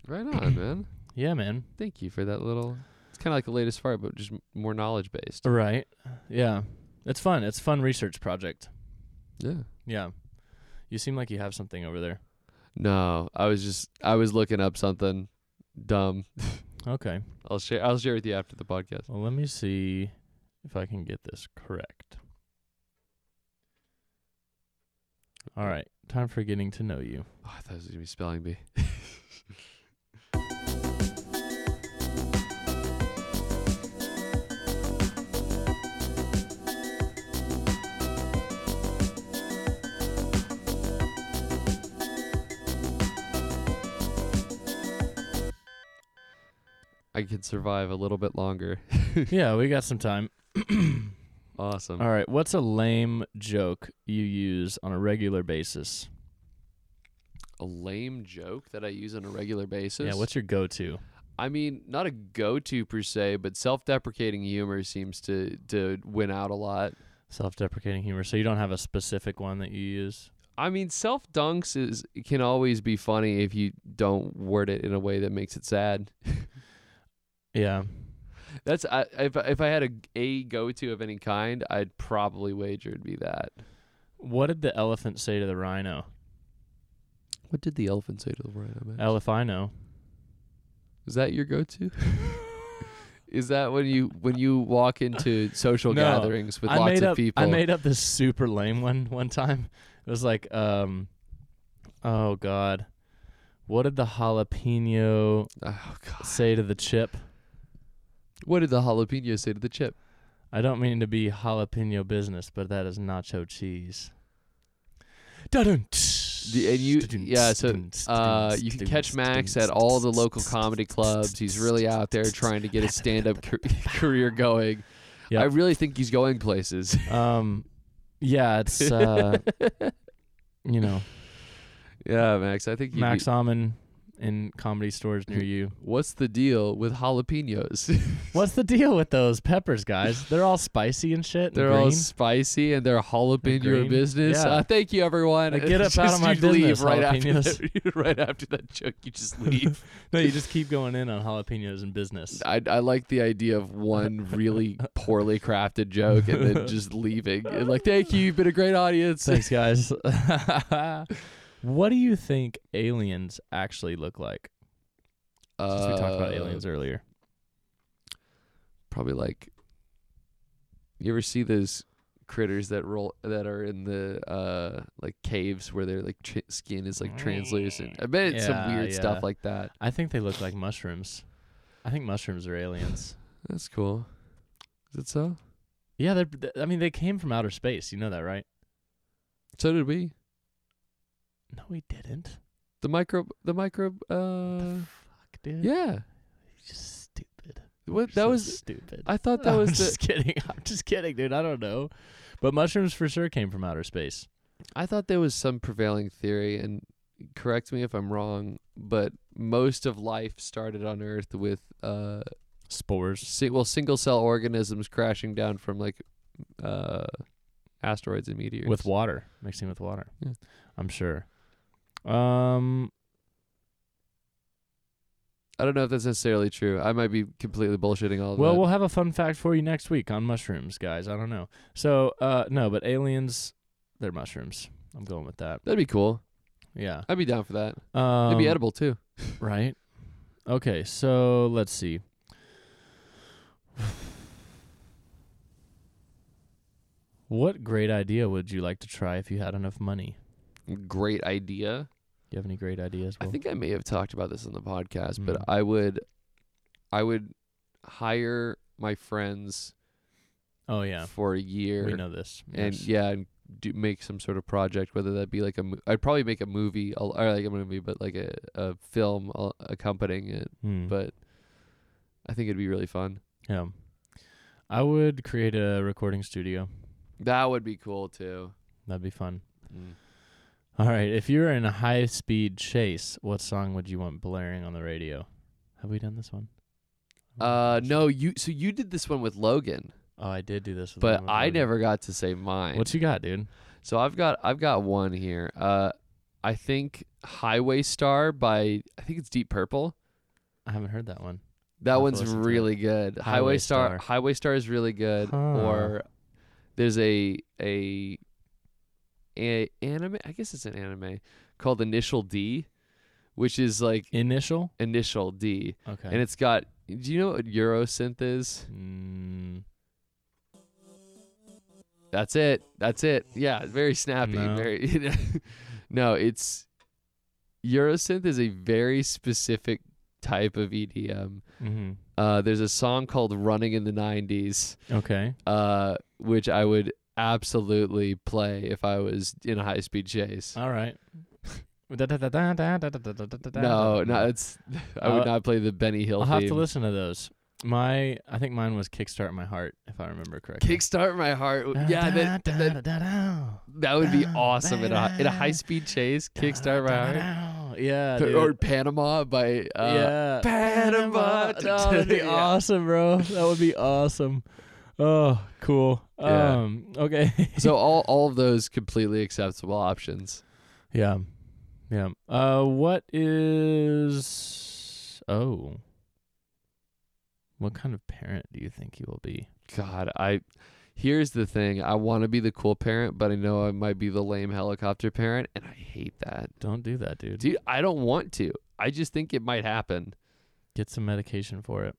A: Right on, man.
B: Yeah, man.
A: Thank you for that little. It's kind of like the latest fart, but just m- more knowledge based.
B: Right. Yeah. It's fun. It's a fun research project.
A: Yeah.
B: Yeah. You seem like you have something over there.
A: No, I was just I was looking up something dumb.
B: Okay.
A: I'll share I'll share with you after the podcast.
B: Well, let me see if I can get this correct. All right. Time for getting to know you.
A: Oh, I thought it was gonna be spelling bee. I could survive a little bit longer.
B: yeah, we got some time.
A: Awesome.
B: All right. What's a lame joke you use on a regular basis?
A: A lame joke that I use on a regular basis.
B: Yeah. What's your go to?
A: I mean, not a go-to per se, but self-deprecating humor seems to to win out a lot.
B: Self deprecating humor. So you don't have a specific one that you use?
A: I mean, self-dunks is can always be funny if you don't word it in a way that makes it sad.
B: Yeah.
A: That's I, if if I had a a go-to of any kind, I'd probably wager it'd be that.
B: What did the elephant say to the rhino?
A: What did the elephant say to the rhino? Man?
B: Elephino.
A: is that your go-to? is that when you when you walk into social
B: No,
A: gatherings with
B: I
A: lots
B: made
A: of
B: up,
A: people?
B: I made up this super lame one one time. It was like, um, oh god, what did the jalapeno
A: oh god!
B: say to the chip?
A: What did the jalapeno say to the chip?
B: I don't mean to be jalapeno business, but that is nacho cheese. Dun-dun.
A: The- and you- yeah, so, Uh, you can catch Max at all the local comedy clubs. He's really out there trying to get his stand-up car- career going.
B: Yep.
A: I really think he's going places.
B: Um, yeah, it's uh, you know,
A: yeah, Max. I think you'd
B: Max
A: be-
B: Almond in comedy stores near you.
A: What's the deal with jalapenos?
B: What's the deal with those peppers, guys? They're all spicy and shit. and
A: they're all
B: green.
A: spicy and they're jalapeno
B: green?
A: business.
B: Yeah.
A: Uh, thank you, everyone.
B: Like, get up
A: Just-
B: out of my
A: you leave
B: business,
A: right after
B: jalapenos.
A: that, right after that joke. You just leave.
B: no, you just keep going in on jalapenos and business.
A: I, I like the idea of one really poorly crafted joke and then just leaving. And like, thank you. You've been a great audience.
B: Thanks, guys. what do you think aliens actually look like? Since we talked about
A: Uh,
B: aliens earlier.
A: probably like you ever see those critters that roll that are in the uh like caves where their like tr- skin is like translucent i bet it's some
B: Yeah,
A: weird
B: yeah.
A: stuff like that
B: I think they look like mushrooms. I think mushrooms are aliens.
A: that's cool is it so
B: Yeah, they're. th- I mean, they came from outer space. You know that, right?
A: so did we
B: No, we didn't.
A: the microbe the microbe uh
B: Fuck, dude.
A: yeah
B: You're just stupid.
A: what
B: You're
A: that
B: so
A: was
B: stupid.
A: i thought that
B: I'm
A: was the
B: just kidding. I'm just kidding, dude. I don't know, but mushrooms for sure came from outer space.
A: i thought there was some prevailing theory and correct me if i'm wrong but most of life started on earth with uh
B: Spores.
A: si- well single cell organisms crashing down from like uh asteroids and meteors
B: with water, mixing with water.
A: Yeah.
B: I'm sure. Um,
A: i don't know if that's necessarily true i might be completely bullshitting all of
B: well,
A: that
B: we'll have a fun fact for you next week on mushrooms, guys. I don't know. So, uh, no, but aliens, they're mushrooms. I'm going with that.
A: that'd be cool
B: Yeah.
A: i'd be down for that
B: Um,
A: it'd be edible too
B: right? Okay, so let's see. What great idea would you like to try if you had enough money?
A: great idea
B: Do you have any great ideas?
A: i
B: Will?
A: think i may have talked about this on the podcast but
B: Mm.
A: i would i would hire my friends
B: oh yeah,
A: for a year
B: we know this.
A: and
B: Yes.
A: yeah and do make some sort of project whether that be like a mo- i'd probably make a movie al- or like a movie but like a, a film al- accompanying it
B: Hmm.
A: but I think it'd be really fun.
B: yeah, I would create a recording studio.
A: That would be cool too.
B: That'd be fun. All right, if you're in a high-speed chase, what song would you want blaring on the radio? Have we done this one?
A: Uh, no, you. So you did this one with Logan,
B: Oh, I did do this, with
A: but
B: Mama
A: I
B: Logan.
A: never got to say mine.
B: What you got, dude?
A: so I've got I've got one here. Uh, I think Highway Star by I think it's Deep Purple.
B: I haven't heard that one.
A: That
B: I'll have to
A: one's
B: listen to it.
A: really good. Highway,
B: Highway
A: Star.
B: Star.
A: Highway Star is really good.
B: Huh.
A: Or there's a, a a anime. I guess it's an anime called Initial D, which is like
B: Initial.
A: Initial D,
B: Okay.
A: and it's got. Do you know what Eurosynth is?
B: Mm,
A: That's it. That's it. Yeah, very snappy.
B: No.
A: Very. no, it's Eurosynth is a very specific type of EDM.
B: hmm
A: Uh, there's a song called "Running in the '90s."
B: Okay.
A: uh, which I would absolutely play if I was in a high speed chase.
B: All right.
A: no,
B: no,
A: no, it's I would
B: Uh,
A: not play the Benny Hill
B: I'll have to
A: theme.
B: listen to those. My, I think mine was "Kickstart My Heart," if I remember correctly.
A: Kickstart my heart.
B: Da,
A: Yeah,
B: da,
A: that,
B: da,
A: that,
B: da, da, da.
A: that would be
B: da,
A: awesome in a in a
B: da,
A: high speed chase.
B: Da,
A: Kickstart my
B: da, da,
A: heart.
B: da. Yeah. dude.
A: Or Panama by uh,
B: yeah.
A: Panama.
B: That would be
A: Yeah.
B: awesome, bro. That would be awesome. Oh, cool.
A: Yeah.
B: Um, okay.
A: So all all of those completely acceptable options.
B: yeah. Yeah. Uh, what is oh. What kind of parent do you think you will be?
A: God, I here's the thing. I want to be the cool parent, but I know I might be the lame helicopter parent, and I hate that.
B: Don't do that, dude.
A: Dude, I don't want to. I just think it might happen.
B: Get some medication for it.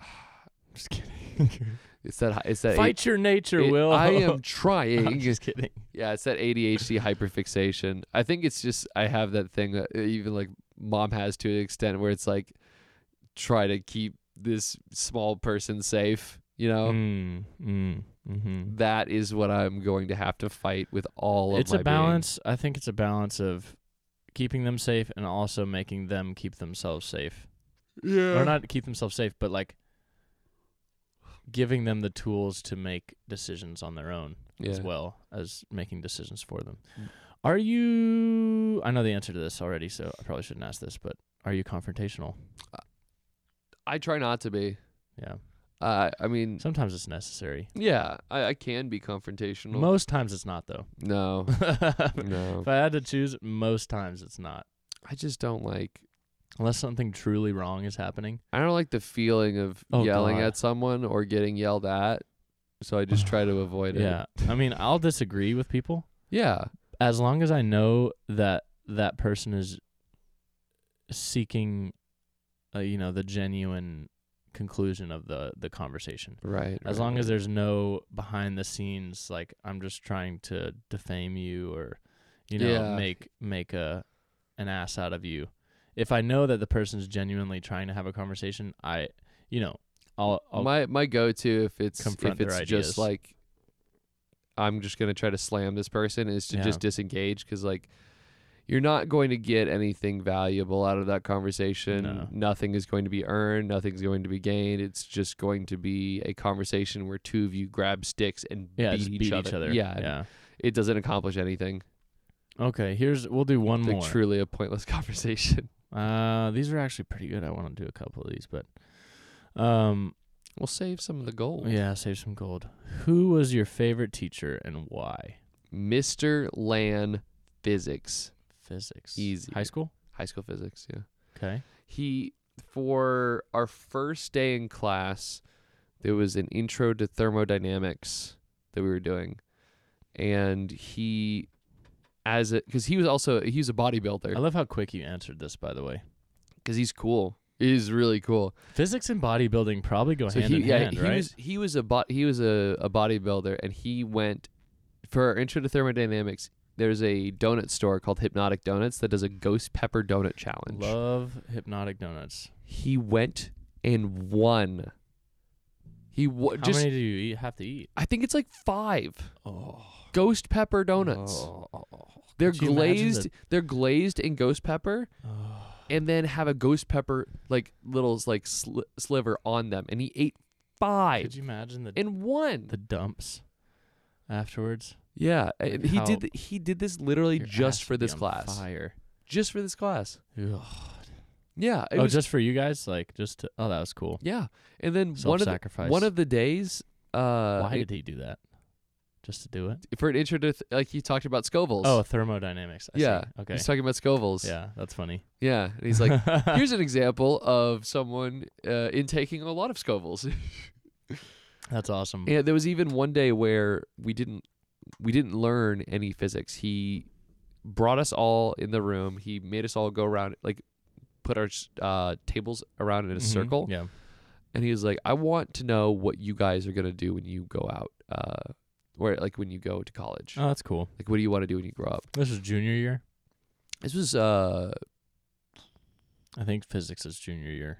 B: Just kidding.
A: It's that. hi- It's that.
B: Fight your nature,
A: it-
B: Will.
A: I am
B: I'm
A: trying.
B: just kidding.
A: yeah, it's that ADHD hyperfixation. I think it's just I have that thing that uh, even like mom has to an extent where it's like try to keep this small person safe. You know,
B: Mm, mm, mm-hmm.
A: that is what I'm going to have to fight with all of
B: it's
A: my.
B: a
A: being.
B: balance i think it's a balance of keeping them safe and also making them keep themselves safe
A: Yeah.
B: or not keep themselves safe but like giving them the tools to make decisions on their own as
A: Yeah. Mm.
B: well as making decisions for them are you i know the answer to this already so i probably shouldn't ask this but are you confrontational
A: I try not to be.
B: yeah
A: Uh, I mean,
B: sometimes it's necessary
A: yeah, I, I can be confrontational.
B: most times it's not though
A: no,
B: if
A: no,
B: i had to choose most times it's not
A: I just don't like
B: unless something truly wrong is happening
A: I don't like the feeling of
B: Oh,
A: yelling
B: God.
A: at someone or getting yelled at, so I just try to avoid it.
B: Yeah. I mean, I'll disagree with people
A: Yeah.
B: as long as I know that that person is seeking uh, you know, the genuine conclusion of the the conversation.
A: Right.
B: As
A: right,
B: long as
A: right.
B: there's no behind the scenes like I'm just trying to defame you or you know,
A: Yeah.
B: make make a an ass out of you. If I know that the person's genuinely trying to have a conversation, I you know, I'll, I'll
A: my my go to if it's
B: confront
A: if
B: their
A: it's
B: ideas.
A: just like I'm just gonna try to slam this person is to
B: Yeah.
A: just disengage because like you're not going to get anything valuable out of that conversation.
B: No.
A: Nothing is going to be earned. Nothing's going to be gained. It's just going to be a conversation where two of you grab sticks and
B: yeah,
A: beat,
B: just
A: each,
B: beat
A: other.
B: each other.
A: Yeah,
B: yeah.
A: It doesn't accomplish anything.
B: Okay, here's we'll do one
A: It's
B: more.
A: like truly a pointless conversation.
B: Uh, these are actually pretty good. I want to do a couple of these, but um,
A: We'll save some of the gold.
B: yeah, save some gold. Who was your favorite teacher and why?
A: Mr. Lan Physics,
B: Physics.
A: Easy.
B: High school.
A: high school physics, yeah.
B: Okay.
A: He for our first day in class, there was an intro to thermodynamics that we were doing. And he as a cuz he was also he was a
B: I
A: bodybuilder
B: love how quick you answered this, by the way.
A: cuz he's cool. He's really cool.
B: Physics and bodybuilding probably go hand
A: he
B: in
A: yeah,
B: hand,
A: he
B: right?
A: was he was a bo- he was a, a bodybuilder and he went for our intro to thermodynamics. There's a donut store called Hypnotic Donuts that does a ghost pepper donut challenge.
B: Love hypnotic donuts.
A: he went and won. He wa-
B: How
A: just
B: many do you eat, have to eat?
A: I think it's like five
B: Oh,
A: ghost pepper donuts. They're
B: could you imagine
A: glazed.
B: the-
A: They're glazed in ghost pepper, and then have a ghost pepper like little like sli- sliver on them. And he ate
B: could
A: five
B: you imagine the
A: and one.
B: the dumps afterwards?
A: Yeah,
B: Like
A: and he
B: how-
A: did. th- He did this literally
B: Your ass
A: just for
B: would be
A: this
B: on
A: class.
B: Fire.
A: Just for this class.
B: Ugh.
A: Yeah. it
B: Oh,
A: was-
B: just for you guys, like just to, oh, that was cool.
A: yeah. And then one of the,
B: Self-sacrifice.
A: one of the days. Uh,
B: Why
A: it-
B: did he do that? just to do it?
A: for an intro to th- like he talked about Scovilles.
B: Oh, thermodynamics. I see.
A: yeah.
B: Okay.
A: He's talking about Scovilles.
B: Yeah, that's funny.
A: Yeah. And he's like, here's an example of someone uh, intaking a lot of Scovilles.
B: that's awesome.
A: Yeah, there was even one day where we didn't we didn't learn any physics. He brought us all in the room. He made us all go around, like put our uh, tables around in a
B: Mhm.
A: circle,
B: Yeah.
A: and he was like, "I want to know what you guys are gonna do when you go out, uh, where like when you go to college.
B: Oh, that's cool.
A: Like, what do you want to do when you grow up?"
B: This is junior year.
A: This was uh,
B: I think physics is junior year.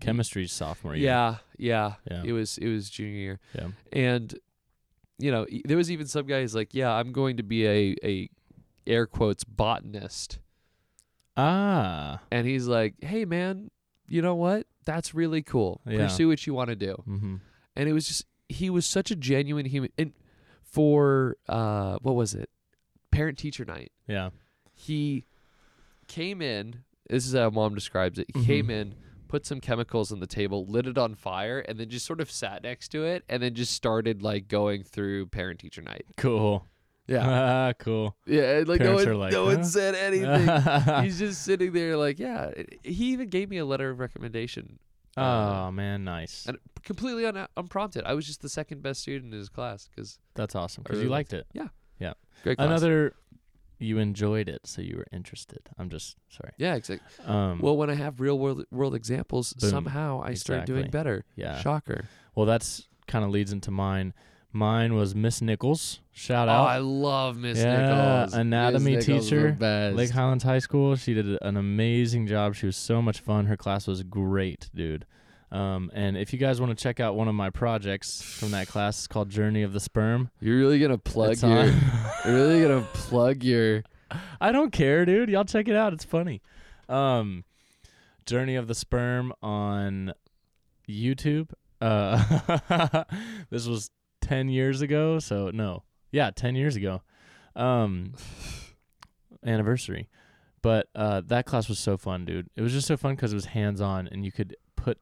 B: Chemistry's sophomore year.
A: yeah, yeah,
B: Yeah.
A: It was it was junior year.
B: Yeah.
A: And you know, e- there was even some guys like, "Yeah, I'm going to be a a air quotes botanist."
B: Ah.
A: and he's like, "Hey, man, you know what? That's really cool.
B: Yeah.
A: Pursue what you want to do."
B: Mm-hmm.
A: And it was just he was such a genuine human. And for uh, what was it? Parent teacher night.
B: Yeah.
A: He came in. This is how mom describes it. He came
B: Mhm.
A: in, put some chemicals on the table, lit it on fire, and then just sort of sat next to it, and then just started like going through parent teacher night.
B: Cool.
A: Yeah,
B: Ah, cool.
A: yeah. and, Like no
B: Parents
A: one,
B: are like,
A: no one
B: huh?
A: said anything. He's just sitting there like, yeah. He even gave me a letter of recommendation
B: oh man, nice.
A: and completely un- unprompted. I was just the second best student in his class because
B: That's awesome
A: I
B: because
A: really
B: you liked it.
A: great class.
B: Another, you enjoyed it, so you were interested. I'm just sorry.
A: yeah, exactly.
B: Um,
A: Well, when I have real world world examples,
B: Boom.
A: somehow I start doing
B: Exactly.
A: better.
B: yeah.
A: Shocker!
B: Well, that's kind of leads into mine. Mine was Miss Nichols. Shout
A: Oh, I
B: out
A: love Miss
B: Yeah,
A: Nichols.
B: anatomy
A: Miss Nichols is the
B: teacher,
A: best.
B: Lake Highlands High School. She did an amazing job. She was so much fun. Her class was great, dude. Um, and if you guys want to check out one of my projects from that class, it's called Journey of the Sperm.
A: You're really gonna plug
B: It's
A: your.
B: on-
A: you're really gonna plug your.
B: I don't care, dude. Y'all check it out. It's funny. Um, Journey of the Sperm on YouTube. Uh, this was 10 years ago. So, no. Yeah, 10 years ago. Um, anniversary. But uh, that class was so fun, dude. It was just so fun because it was hands on and you could put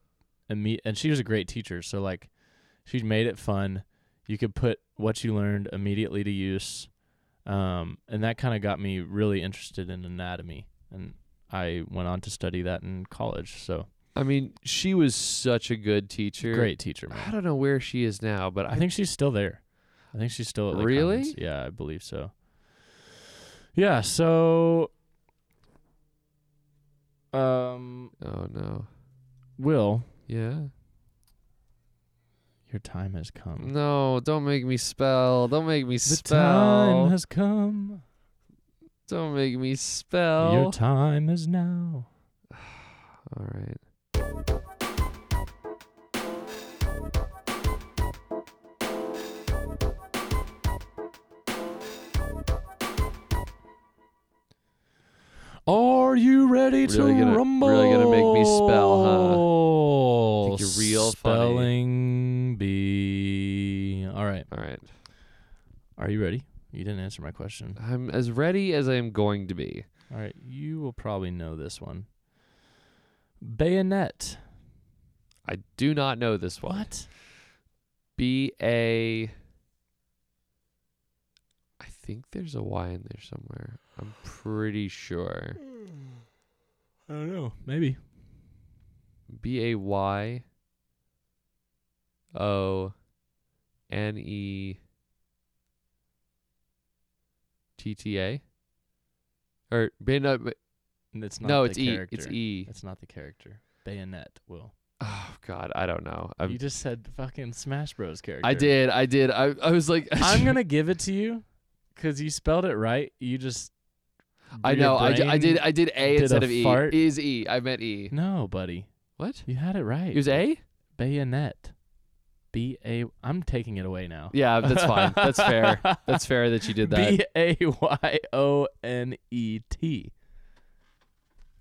B: a meet. And she was a great teacher. So, like, she made it fun. You could put what you learned immediately to use um, and that kind of got me really interested in anatomy, and I went on to study that in college. So
A: I mean, she was such a good teacher.
B: great teacher, man.
A: I don't know where she is now, but
B: I think she's still there. I think she's still at Lake
A: Really?
B: Highlands. Yeah, I believe so. Yeah. So, um,
A: Oh no.
B: Will,
A: Yeah.
B: your time has come.
A: No, don't make me spell. Don't make me
B: The
A: spell.
B: time has come.
A: Don't make me spell.
B: Your time is now.
A: All right.
B: Are you ready to
A: Really gonna-
B: rumble?
A: really gonna make me spell,
B: huh?
A: Think you're real funny.
B: spelling bee. All right.
A: All right.
B: Are you ready? You didn't answer my question.
A: I'm as ready as I am going to be.
B: All right. You will probably know this one. Bayonet.
A: I do not know this one.
B: What?
A: B A. I think there's a Y in there somewhere. I'm pretty sure.
B: I don't know. Maybe.
A: B A Y. O. N E. T T A. Or no,
B: It's not
A: no,
B: the
A: it's E.
B: character.
A: It's E.
B: It's not the character. Bayonet. Will.
A: Oh God, I don't know. I'm,
B: you just said fucking Smash Bros. character.
A: I did. I did. I, I was like,
B: I'm gonna give it to you because you spelled it right. You just.
A: I
B: your
A: know. I, d- I did.
B: brain-
A: I did A
B: did a
A: instead of E.
B: fart.
A: Is E. I meant E.
B: No, buddy.
A: What?
B: You had it right.
A: It was A.
B: bayonet. B A. I'm taking it away now.
A: Yeah, that's fine. That's fair. That's fair that you did that.
B: B A Y O N E T.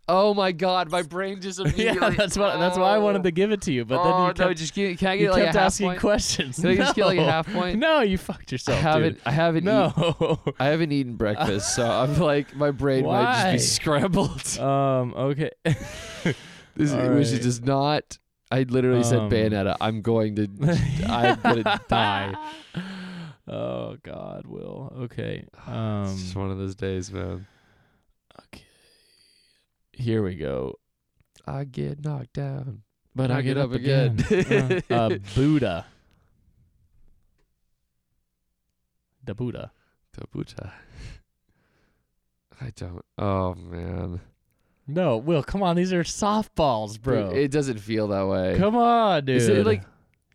A: oh my God, my brain just immediately.
B: Yeah, that's what. That's why I wanted to give it to you, but then
A: oh
B: you kept,
A: no, just give, can I get
B: you
A: like
B: kept
A: a half
B: asking
A: point?
B: questions.
A: Can I just get like a
B: No.
A: half point?
B: No, you
A: I
B: fucked yourself.
A: haven't.
B: dude.
A: I haven't. eat-
B: No.
A: I haven't eaten breakfast, so I'm like my brain might just
B: Why?
A: be scrambled.
B: um. Okay.
A: this
B: all
A: which
B: right.
A: is just not. I literally said
B: Um,
A: bayonetta. I'm going to. I'm gonna die.
B: Oh God, Will. Okay.
A: it's just
B: Um,
A: one of those days, man.
B: here we go.
A: I get knocked down.
B: But
A: I
B: I
A: get
B: get up
A: up again.
B: again. uh, uh, Buddha. The Buddha.
A: Tabuta. I don't. Oh man,
B: No, Will, come on. These are softballs, bro.
A: Dude, it doesn't feel that way.
B: come on, dude.
A: Is it like-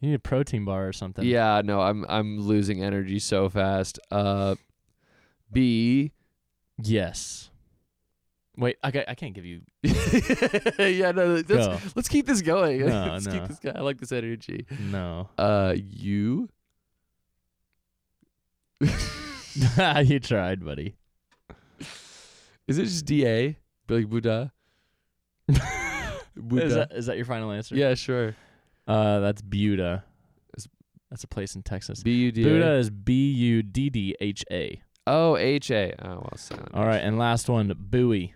B: you need a protein bar or something?
A: Yeah, no, I'm I'm losing energy so fast. Uh, B.
B: Yes. Wait, I, ca- I can't give you.
A: yeah, no, let's,
B: Go.
A: let's keep this going.
B: No,
A: let's
B: no.
A: keep this guy. I like this energy.
B: No.
A: Uh, you.
B: you tried, buddy.
A: Is it just D A? Like Buddha. Buddha.
B: Is that, is that your final answer?
A: yeah, sure.
B: Uh, that's Buda.
A: It's-
B: That's a place in Texas.
A: B U D.
B: Buddha is B U D D H A.
A: Oh, H A. Oh, well, silent.
B: All right, and last one, Bowie.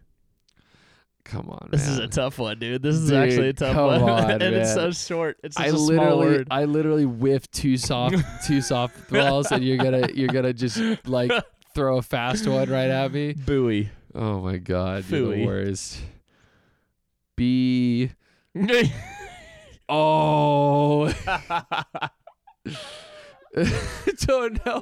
A: Come on.
B: This is
A: man.
B: a tough one, dude. This is
A: Dude,
B: actually a tough
A: come
B: one,
A: on,
B: and it's so
A: man.
B: short. It's such
A: I
B: a small
A: literally,
B: word.
A: I literally whiffed two soft, two softballs, and you're gonna, you're gonna just like throw a fast one right at me.
B: Bowie.
A: Oh my god, you're the
B: Phooey.
A: worst. B.
B: All
A: Oh. Don't know.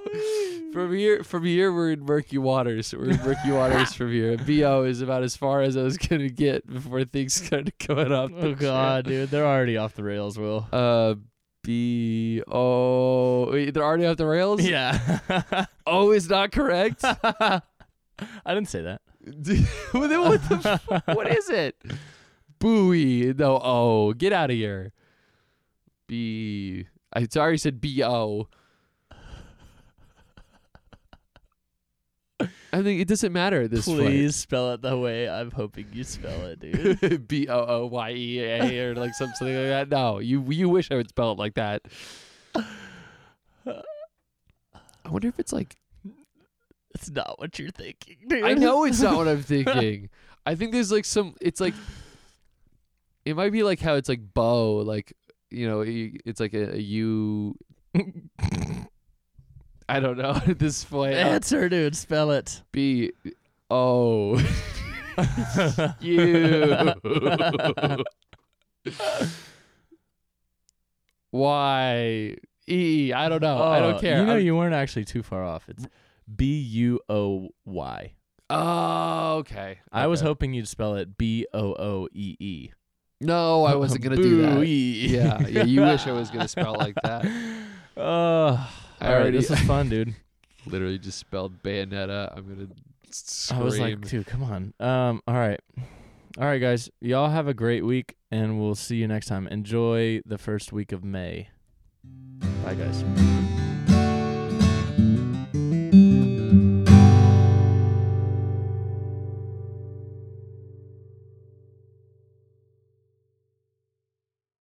A: From here, from here, we're in murky waters. We're in murky waters from here. Bo is about as far as I was gonna get before things started going up.
B: oh god, dude, they're already off the rails, Will.
A: Uh, B. Oh, wait, they're already off the rails.
B: Yeah.
A: O Oh, is not correct.
B: I didn't say that.
A: Dude, what the- what the f- what is it? Buoy. No, oh, get out of here. B. I sorry, said B O. I think it doesn't matter at this
B: Please spell it the way I'm hoping you spell it, dude.
A: point. B O O Y E A or like something like that. No, you you wish I would spell it like that. I wonder if it's like
B: It's not what you're thinking, dude.
A: I know it's not what I'm thinking. I think there's like some. It's like it might be like how it's like bow, like you know, you- it's like a, a you. I don't know at this point. Uh,
B: Answer, dude. Spell it.
A: B O U Y E. I don't know. I
B: Oh,
A: don't care.
B: You know,
A: I'm-
B: you weren't actually too far off. It's B U O Y.
A: oh, okay.
B: I was
A: Okay.
B: hoping you'd spell it B O O E E.
A: No, Oh, I wasn't gonna do that.
B: Boo-ee.
A: Yeah, yeah. You wish I was gonna spell like that.
B: Oh, all right.
A: already-
B: This is fun, dude.
A: literally just spelled bayonetta. I'm gonna s-
B: I was
A: scream.
B: like, dude, come on. Um, all right. All right, guys. Y'all have a great week, and we'll see you next time. Enjoy the first week of May. Bye, guys.